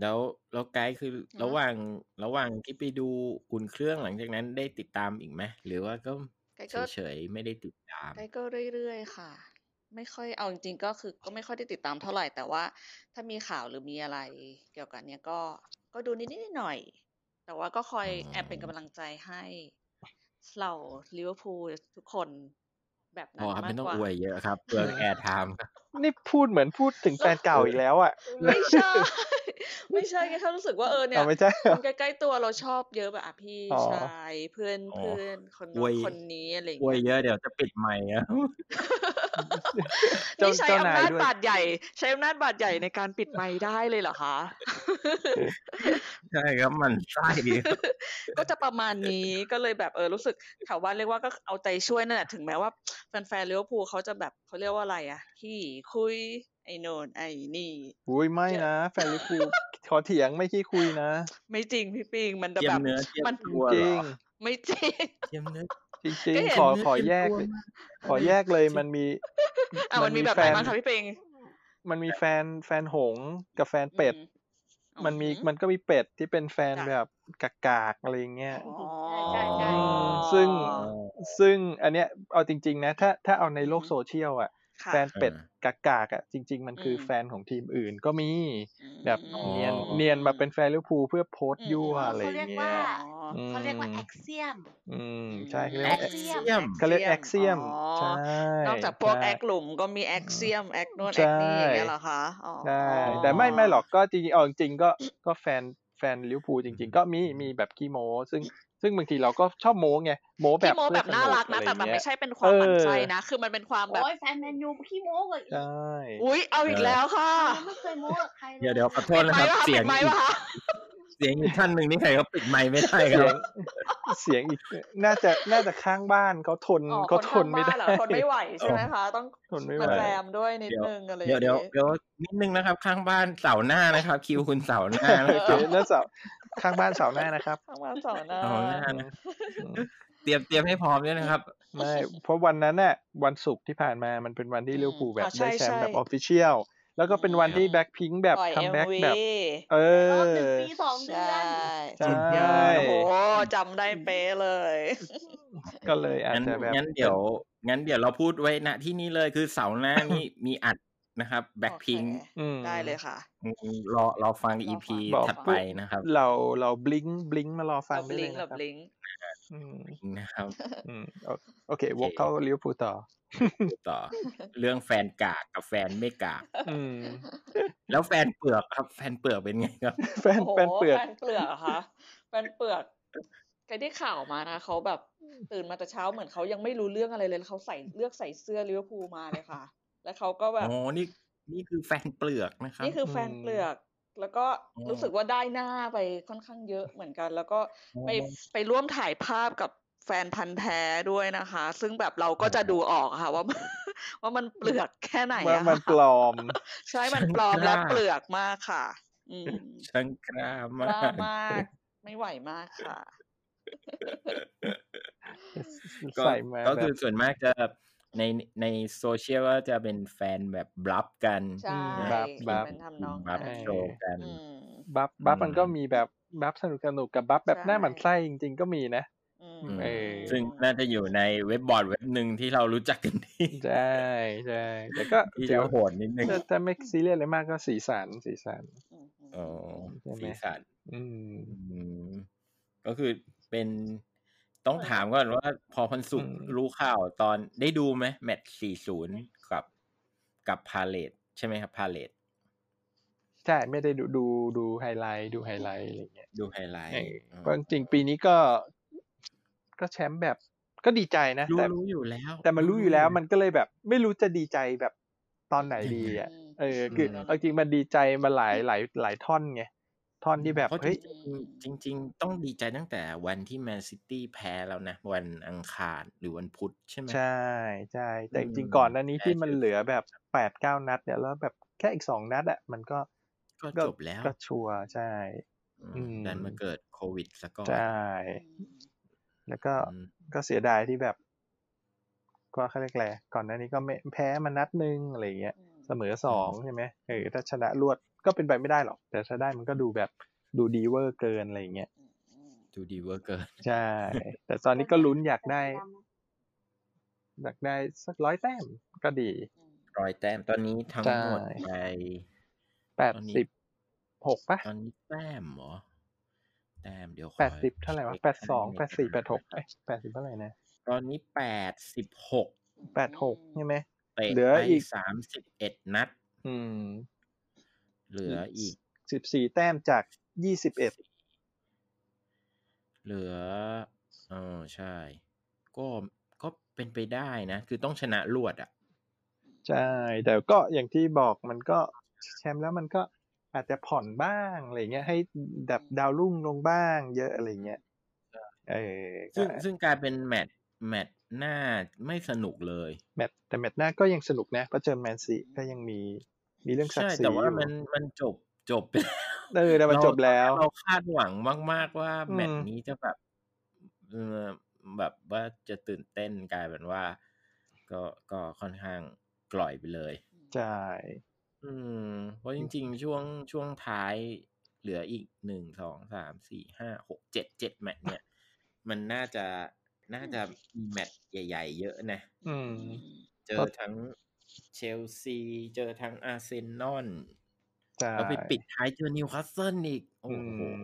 [SPEAKER 1] แล้วแล้วไกด์คือระหว่างระหว่างที่ไปดูอุ่นเครื่องหลังจากนั้นได้ติดตามอีกไหมหรือว่าก็
[SPEAKER 3] ไกด์ก็
[SPEAKER 1] เฉยๆไม่ได้ติดตาม
[SPEAKER 3] ไกด์ก็เรื่อยๆค่ะ ไม่ค่อยเอาจริงๆก็คือก็ไม่ค่อยได้ติดตามเท่าไหร่แต่ว่า ถ้ามีข่าวหรือมีอะไรเกี่ยวกับเนี้ยก็ก็ดูนิดๆหน่อยๆแต่ว่าก็คอยแอบเป็นกำลังใจให้เหล่าลิเวอร์พูลทุกคนแบบนั้
[SPEAKER 1] อ๋
[SPEAKER 3] น
[SPEAKER 1] อครับ
[SPEAKER 3] มา
[SPEAKER 1] ไม่
[SPEAKER 3] ก
[SPEAKER 1] ต้อง
[SPEAKER 3] กว่า
[SPEAKER 1] อวยเยอะ ครับเปลืองแอร์ไทม์ครับ
[SPEAKER 2] นี่พูดเหมือนพูดถึงแฟนเก่าอีกแล้วอ่ะ
[SPEAKER 3] ไม่ใช่ ไม่ใช่แค่เขารู้สึกว่าเออเนี่ย
[SPEAKER 2] เอาไม่ใช่เหร
[SPEAKER 3] ค
[SPEAKER 2] อ
[SPEAKER 3] นใกล้ๆตัวเราชอบเยอะแบบอ่ะพี่
[SPEAKER 2] อ๋อ
[SPEAKER 3] ชายเพื่อน
[SPEAKER 1] อ๋อ
[SPEAKER 3] เพื่อนคน
[SPEAKER 1] อว
[SPEAKER 3] นู้
[SPEAKER 1] ย
[SPEAKER 3] นคนนี้อะไรอย่าง
[SPEAKER 1] อวย
[SPEAKER 3] เงี้ย
[SPEAKER 1] เยอะเดี๋ยวจะปิดไมค์อะ
[SPEAKER 2] เจ้า
[SPEAKER 3] นี่ใช้
[SPEAKER 2] เจ้า
[SPEAKER 3] อำ
[SPEAKER 2] นาย
[SPEAKER 3] นาจ
[SPEAKER 2] ด้วย
[SPEAKER 3] บาดใหญ่ ใช้อำนาจบาดใหญ่ในการปิดไมค์ได้เลยเหรอคะ
[SPEAKER 1] ใช่ครับมันไส้
[SPEAKER 3] ก็จะประมาณนี้ก็เลยแบบเออรู้สึกแถวบ้านเรียกว่าก็เอาใจช่วยนั่นแหละถึงแม้ว่าแฟนๆลิเวอร์พูลเขาจะแบบเขาเรียกว่าอะไรอ่ะขี่คุยไอ้โนนไอ้นี่
[SPEAKER 2] อุ้ยไม่นะ แฟนลิฟูล ขอเถียงไม่ขี้คุยนะ
[SPEAKER 3] ไม่จริงพี่ปิงมันจะ
[SPEAKER 1] เทีย
[SPEAKER 3] แบ
[SPEAKER 1] ม
[SPEAKER 3] บ
[SPEAKER 1] เนื้อเทียม
[SPEAKER 3] มัน
[SPEAKER 1] ตัว
[SPEAKER 2] จ
[SPEAKER 1] เหร
[SPEAKER 2] ริง
[SPEAKER 1] อ
[SPEAKER 3] ไม่จริง
[SPEAKER 1] เทียมเนื้อ
[SPEAKER 2] จริง
[SPEAKER 3] ก็เห็น
[SPEAKER 2] ๆขอขอแยกเลย ขอแยกเลยมันมี
[SPEAKER 3] อ่ะมันมีแบบไหนบ้างคะพี่ปิง
[SPEAKER 2] มันมีแฟนแฟนหงส์กับแฟนเป็ด
[SPEAKER 3] อื
[SPEAKER 2] มันมี
[SPEAKER 3] อื
[SPEAKER 2] มันก็มีเป็ดที่เป็นแฟน
[SPEAKER 3] จ้ะ
[SPEAKER 2] แบบกากๆอะไรอย่างเงี้ย
[SPEAKER 3] อ๋อ
[SPEAKER 4] ใช่ใช่
[SPEAKER 2] ซึ่ง
[SPEAKER 1] เออ
[SPEAKER 2] ซึ่งอันเนี้ยเอาจริง ๆ นะ ถ้าถ้าเอาในโลก
[SPEAKER 3] อือฮึ
[SPEAKER 2] โซเชียลอ่ะ
[SPEAKER 3] ค่ะ
[SPEAKER 2] แฟนเป็ด
[SPEAKER 1] อ่
[SPEAKER 2] กากๆอ่ะจริง ๆ มันคืออ
[SPEAKER 3] ม
[SPEAKER 2] แฟนของทีมอื่นก็มี แบบ
[SPEAKER 3] อืม
[SPEAKER 2] เนียนเนียนมาเป็นแฟนลิเวอร์พูลเพื่อโพสต์
[SPEAKER 3] อืม
[SPEAKER 2] ยั่ว
[SPEAKER 4] อ๋อ
[SPEAKER 2] อะไรอ
[SPEAKER 4] เขาเรีย
[SPEAKER 2] ย่าก งเงี้
[SPEAKER 4] ว่า
[SPEAKER 2] ย
[SPEAKER 3] อ๋อ
[SPEAKER 4] เขาเรียกว่า
[SPEAKER 2] อืม
[SPEAKER 4] แอคเซียม
[SPEAKER 2] อืมใช่เขาเรียก
[SPEAKER 1] แอค
[SPEAKER 2] ว่าแอค
[SPEAKER 1] เซียม
[SPEAKER 2] เขาเรียกแอคเซียม
[SPEAKER 3] อ๋อ
[SPEAKER 2] ใช่
[SPEAKER 3] นอกจากพวก
[SPEAKER 2] ใช่
[SPEAKER 3] แอคหลุมก็มีแอคเซียมแอคโนน
[SPEAKER 2] ใช่
[SPEAKER 3] แอคนี่อย่างเงี้ยเหรอคะอ๋อ
[SPEAKER 2] ใช่แต่ไม่ไม่หรอกก็จริงๆเอาจริง ๆก็ก็แฟนแฟนลิเวอร์พูลจริง ๆ ก็มีมีแบบขี้โม้ซึ่งซึ่งบางทีเราก็ชอบโม้ไงโม้แบ
[SPEAKER 3] พี่
[SPEAKER 2] บ
[SPEAKER 3] โม
[SPEAKER 2] เพื่
[SPEAKER 3] แบ
[SPEAKER 2] อบ ส
[SPEAKER 3] น่า
[SPEAKER 2] นุก
[SPEAKER 3] รัก
[SPEAKER 2] อะ
[SPEAKER 3] นะ
[SPEAKER 2] ไรอ
[SPEAKER 3] แต่
[SPEAKER 2] ย่าง
[SPEAKER 3] แบบ
[SPEAKER 2] เงี้
[SPEAKER 3] ไม่
[SPEAKER 2] ย
[SPEAKER 3] ใช่เป็นความหมั่นใจนะ คือมันเป็นความแบบ
[SPEAKER 4] โอ้ยแฟนแมนยูขี้โม้กว่าอีก
[SPEAKER 2] ใช่
[SPEAKER 3] อุ๊ย เอาอีกแล้วค่ะ
[SPEAKER 4] มันไม่เคยโม้กับใครล
[SPEAKER 1] เดี๋ยวเดี๋ยวขอโทษนะ
[SPEAKER 3] ไป
[SPEAKER 1] ครับ
[SPEAKER 3] ป่ะคะ
[SPEAKER 1] เสี
[SPEAKER 3] ปิ
[SPEAKER 1] ยง
[SPEAKER 3] ดไมค์ป่ะคะ
[SPEAKER 1] เสียงอีกท่านหนึ่งนี่ใครก็ปิดไมค์ไม่ได้ค
[SPEAKER 2] เสี
[SPEAKER 1] รั
[SPEAKER 2] ย
[SPEAKER 1] บ
[SPEAKER 2] งเสียงอีกน่าจะน่าจะข้างบ้านเขาทน
[SPEAKER 3] อ๋อ
[SPEAKER 2] เขาทนไม่ได้
[SPEAKER 3] คข้างบ้าเหรอทนไม่ไหวใช่ไหมคะ ต้อง
[SPEAKER 2] ทนไม่ไหว
[SPEAKER 3] มาแจมด้วยนิดนึงอะไรอาง
[SPEAKER 1] เดี๋ยว
[SPEAKER 3] งี้
[SPEAKER 1] เดี๋ยวเดี๋ยวนิดนึงนะครับ ข้างบ้านเสาร์หน้านะครับ คิวคุณเสาร์หน้านะ
[SPEAKER 3] เอ
[SPEAKER 1] ค
[SPEAKER 3] อ
[SPEAKER 1] รับ
[SPEAKER 2] เนื้อเสาข้างบ้านเสาหน้า นะครับ
[SPEAKER 3] ข้างบ้านสอนนะ
[SPEAKER 1] เสาร์หน้า
[SPEAKER 2] อืม
[SPEAKER 1] นะเตรียมเตรียมให้พร้อมด้วยนะครับ
[SPEAKER 2] ไม่เพราะวันนั้นน่ะวันศุกร์ที่ผ่านมามันเป็นวันที่ลิเวอร์พูลแบบ
[SPEAKER 3] อ่าใช่
[SPEAKER 2] ได้แชมป์แบบ
[SPEAKER 3] ใช่
[SPEAKER 2] ออฟฟิเชียลแล้วก็เป็นวันที่แบ็คพิงค์แบบ
[SPEAKER 3] ปล่อย
[SPEAKER 2] คัม
[SPEAKER 3] เอ็ม
[SPEAKER 2] แบ็ก
[SPEAKER 3] วี
[SPEAKER 2] แบบ เอ
[SPEAKER 4] รอ
[SPEAKER 2] อ
[SPEAKER 4] บหนึ่งปีสองเดื
[SPEAKER 3] ใช่
[SPEAKER 4] อน
[SPEAKER 2] ใช่
[SPEAKER 3] สุดยอดโอ้โหจำได้เป๊ะเลย
[SPEAKER 2] ก็เลยอาจ
[SPEAKER 1] งั้น
[SPEAKER 2] จะแบบ
[SPEAKER 1] งั้นเดี๋ยว งั้นเดี๋ยวเราพูดไว้ณที่นี่เลยคือเสาร์หน้านี่ มีอัดนะครับแบ็คพิง
[SPEAKER 3] โอเค
[SPEAKER 2] อืม
[SPEAKER 3] ได้เลยค่ะ
[SPEAKER 1] รอรอฟัง
[SPEAKER 3] รอฟัง
[SPEAKER 1] EP
[SPEAKER 2] บอก
[SPEAKER 1] ถัดไปนะครับ
[SPEAKER 2] เราเราบลิงบลิงมารอฟัง
[SPEAKER 3] หลบ
[SPEAKER 2] ได้เล
[SPEAKER 3] ลิ
[SPEAKER 2] ย
[SPEAKER 3] งก์หล
[SPEAKER 2] นะครั
[SPEAKER 3] บ
[SPEAKER 2] บ
[SPEAKER 3] ลิงก์
[SPEAKER 2] อืม
[SPEAKER 1] นะครับ
[SPEAKER 2] อืมโอโอเค วกเข้าลิเวอร์พูลต่อ
[SPEAKER 1] ต่อเรื่องแฟนกากกับแฟนไม่กาก
[SPEAKER 2] อืม
[SPEAKER 1] แล้วแฟนเปลือกครับ แฟนเปลือกเป็นไงครับ
[SPEAKER 2] แฟน
[SPEAKER 3] โอ้โห
[SPEAKER 2] แฟนเปลือก
[SPEAKER 3] แฟนเปลือกเหรอคะแฟนเปลือกเคยได้ข่าวมานะเขาแบบตื่นมาแต่เช้าเหมือนเขายังไม่รู้เรื่องอะไรเลยแล้วเขาใส่เลือกใส่เสื้อลิเวอร์พูลมาเลยค่ะ แล้วเขาก็แบบ
[SPEAKER 1] อ๋อ นี่ นี่คือแฟนเปลือกนะครับ
[SPEAKER 3] นี่คือแฟนเปลือก แล้วก็
[SPEAKER 1] อ๋อ
[SPEAKER 3] รู้สึกว่าได้หน้าไปค่อนข้างเยอะเหมือนกัน แล้วก็ไป
[SPEAKER 1] อ๋อ
[SPEAKER 3] ไปร่วมถ่ายภาพกับแฟนพันธ์แท้ด้วยนะคะ ซึ่งแบบเราก็จะ
[SPEAKER 1] อ๋อ
[SPEAKER 3] ดูออกค่ะ ว่า มันว่ามันเปลือกแค่ไหน
[SPEAKER 2] ว่า
[SPEAKER 3] อะ
[SPEAKER 2] มันปลอม
[SPEAKER 3] ใช่มันปลอมและเปลือกมากค่ะ อืม
[SPEAKER 1] ช่างกล้ามาก
[SPEAKER 3] ล้าก มาก ไม่ไหวมากค่ะ
[SPEAKER 1] ก็
[SPEAKER 2] ใส่มา
[SPEAKER 1] ก็
[SPEAKER 2] แบ
[SPEAKER 1] คือบ ส่วนมากจะในในโซเชียลก็จะเป็นแฟนแบบบลับกัน
[SPEAKER 3] ใช่
[SPEAKER 2] บับ
[SPEAKER 3] คือ
[SPEAKER 2] บับ
[SPEAKER 3] เป็นทำนอง
[SPEAKER 1] บลั
[SPEAKER 3] นั้
[SPEAKER 1] บ
[SPEAKER 3] น
[SPEAKER 1] โชว์กัน
[SPEAKER 3] อืม
[SPEAKER 2] บัฟบัฟ
[SPEAKER 1] อืม
[SPEAKER 2] มันก็มีแบบบัฟสนุกสนุกกับบัฟแบบ
[SPEAKER 3] ใช่
[SPEAKER 2] หน้าหมันไส้จริงๆก็มีนะ
[SPEAKER 3] อืม
[SPEAKER 1] อืม
[SPEAKER 2] เออ
[SPEAKER 1] ซึ่งน่าจะอยู่ในเว็บบอร์ดเว็บหนึ่งที่เรารู้จักกันดี
[SPEAKER 2] ใช่ใช่แต่ก็
[SPEAKER 1] ที่
[SPEAKER 2] ถือ
[SPEAKER 1] จะ
[SPEAKER 2] ว่า
[SPEAKER 1] โหดนิดนึง
[SPEAKER 2] ถ้าถ้าไม่ซีเรียสเลยมากก็สีสันสีสัน
[SPEAKER 3] อืมอืม
[SPEAKER 1] อ๋อ
[SPEAKER 2] ใช่ไหม
[SPEAKER 1] สีสัน
[SPEAKER 2] อืม
[SPEAKER 1] อืมก็คือเป็นต้องถามก่อนว่า พอพันสุกร์
[SPEAKER 2] อืม
[SPEAKER 1] รู้ข่าวตอนได้ดูไหมแมตช์สี่ศูนย์กับ กับพาเลตใช่ไหมครับพาเลต
[SPEAKER 2] ใช่ไม่ได้ดูดูดูไฮไลท์ดูไฮไลท์อะไรเงี้ย
[SPEAKER 1] ดูไฮไลท์
[SPEAKER 2] เออ
[SPEAKER 1] อ๋อ
[SPEAKER 2] เพราะจริงๆปีนี้ก็ ก็แชมป์แบบก็ดีใจนะ
[SPEAKER 1] รู้
[SPEAKER 2] แต่
[SPEAKER 1] รู้อยู่แล้ว
[SPEAKER 2] แต่มันรู้อยู่แล้วมันก็เลยแบบ ไม่รู้จะดีใจแบบตอนไหนดีอ่ะ เออคือ
[SPEAKER 3] ม
[SPEAKER 2] เอาจริงมันดีใจมาหลายหลายหลายท่อนไงท่อนที่แบบ
[SPEAKER 1] เพราะ
[SPEAKER 2] เฮ้ย
[SPEAKER 1] จริงๆจริง ๆ ต้องดีใจตั้งแต่วันที่แมนซิตี้แพ้แล้วนะ วันอังคารหรือวันพุธใช่ไหม
[SPEAKER 2] ใช่ใช่แต่
[SPEAKER 1] อืม
[SPEAKER 2] จริงๆก่อนหน้านี้
[SPEAKER 1] ใช่
[SPEAKER 2] ที่มัน
[SPEAKER 1] ใช่
[SPEAKER 2] เหลือแบบแปดเก้านัดเนี่ยแล้วแบบแค่อีกสองนัดอ่ะมันก็
[SPEAKER 1] ก็จบแล้ว
[SPEAKER 2] ก็ชัวร์ใช่
[SPEAKER 1] อืม
[SPEAKER 2] อืม
[SPEAKER 1] ดันมาเกิดโควิดซะก่อน
[SPEAKER 2] ใช่ แล้วก็
[SPEAKER 1] อืม
[SPEAKER 2] ก็เสียดายที่แบบ ก็เขาเรียกแหละไรก่อนหน้านี้ก็ไม่แพ้มานัดหนึงอะไรอย่างเงี้ย เสมอสองใช่ไหมเออถ้าชนะรวด ก็เป็นไปไม่ได้หรอก แต่ถ้าได้มันก็ดูแบบดูดีเวอร์เกินอะไรอย่างเงี้ย
[SPEAKER 1] ดูดีเวอร์เกิน
[SPEAKER 2] ใช่ แต่ตอนนี้ก็ลุ้นอยากได้อยากได้สักร้อยแต้มก็ดี
[SPEAKER 1] ร้อยแต้มตอนนี้ทั้งหมด
[SPEAKER 2] ใช่
[SPEAKER 1] ไป
[SPEAKER 2] แปดสิบหกปะ
[SPEAKER 1] ตอนนี้แต้มเหรอ แต้มเดี๋ยวขอ
[SPEAKER 2] แปดสิบเท่าไหร่วะ
[SPEAKER 1] ช็ค
[SPEAKER 2] แปดสอง
[SPEAKER 1] ให้
[SPEAKER 2] แปดสี่แปดหกไอ้แปดสิบเท่าไหร่นะ
[SPEAKER 1] ตอนนี้แปดสิบหก
[SPEAKER 2] แปดหกใช่ไหม
[SPEAKER 1] เตะ
[SPEAKER 2] เหลือ
[SPEAKER 1] ไป
[SPEAKER 2] อีก
[SPEAKER 1] สามสิบเอ็ดนัด
[SPEAKER 2] อืม
[SPEAKER 1] เหลืออีก
[SPEAKER 2] สิบสี่แต้มจากยี่สิบเอ็ด
[SPEAKER 1] เหลือเออใช่ ก็ก็เป็นไปได้นะ คือต้องชนะรวดอ่ะ
[SPEAKER 2] ใช่ แต่ก็อย่างที่บอกมันก็แชมป์แล้วมันก็อาจจะผ่อนบ้างอะไรเงี้ย ให้ดับดาวรุ่งลงบ้างเยอะอะไรเงี้ยเออก็
[SPEAKER 1] ซึ่งซึ่งกลายเป็นแมตช์แมตช์หน้าไม่สนุกเลย
[SPEAKER 2] แมตช์แต่แมตช์หน้าก็ยังสนุกนะเพราะเจอแมนซีก็ยังมีมีเรื่องศัก
[SPEAKER 1] ใช่
[SPEAKER 2] ดิ์ศรี
[SPEAKER 1] แต่ว่า
[SPEAKER 2] อยู่
[SPEAKER 1] มันมันจบจบไปแล้ว
[SPEAKER 2] เออแต่มัน
[SPEAKER 1] เรา
[SPEAKER 2] จบแล้ว
[SPEAKER 1] เราคาดหวังมาก ๆ ว่า
[SPEAKER 2] อืม
[SPEAKER 1] แมตช์นี้จะแบบเออแบบว่าจะตื่นเต้นกลายเป็นว่า ก็ก็ค่อนข้างกล่อยไปเลย
[SPEAKER 2] ใช่
[SPEAKER 1] อืมเพราะจริง ๆ ช่วงช่วงท้ายเหลืออีกหนึ่งสองสามสี่ห้าหกเจ็ดเจ็ดแมตช์เนี่ย มันน่าจะน่าจะมีแมตช์ใหญ่ ๆ เยอะนะ
[SPEAKER 2] อืม
[SPEAKER 1] เจอทั้งเชลซี เจอทั้งอาร์เซนอล
[SPEAKER 2] ใช่
[SPEAKER 1] แล้วไปปิดท้ายเจอนิวคาสเซิลอีก โอ้โห
[SPEAKER 2] อืม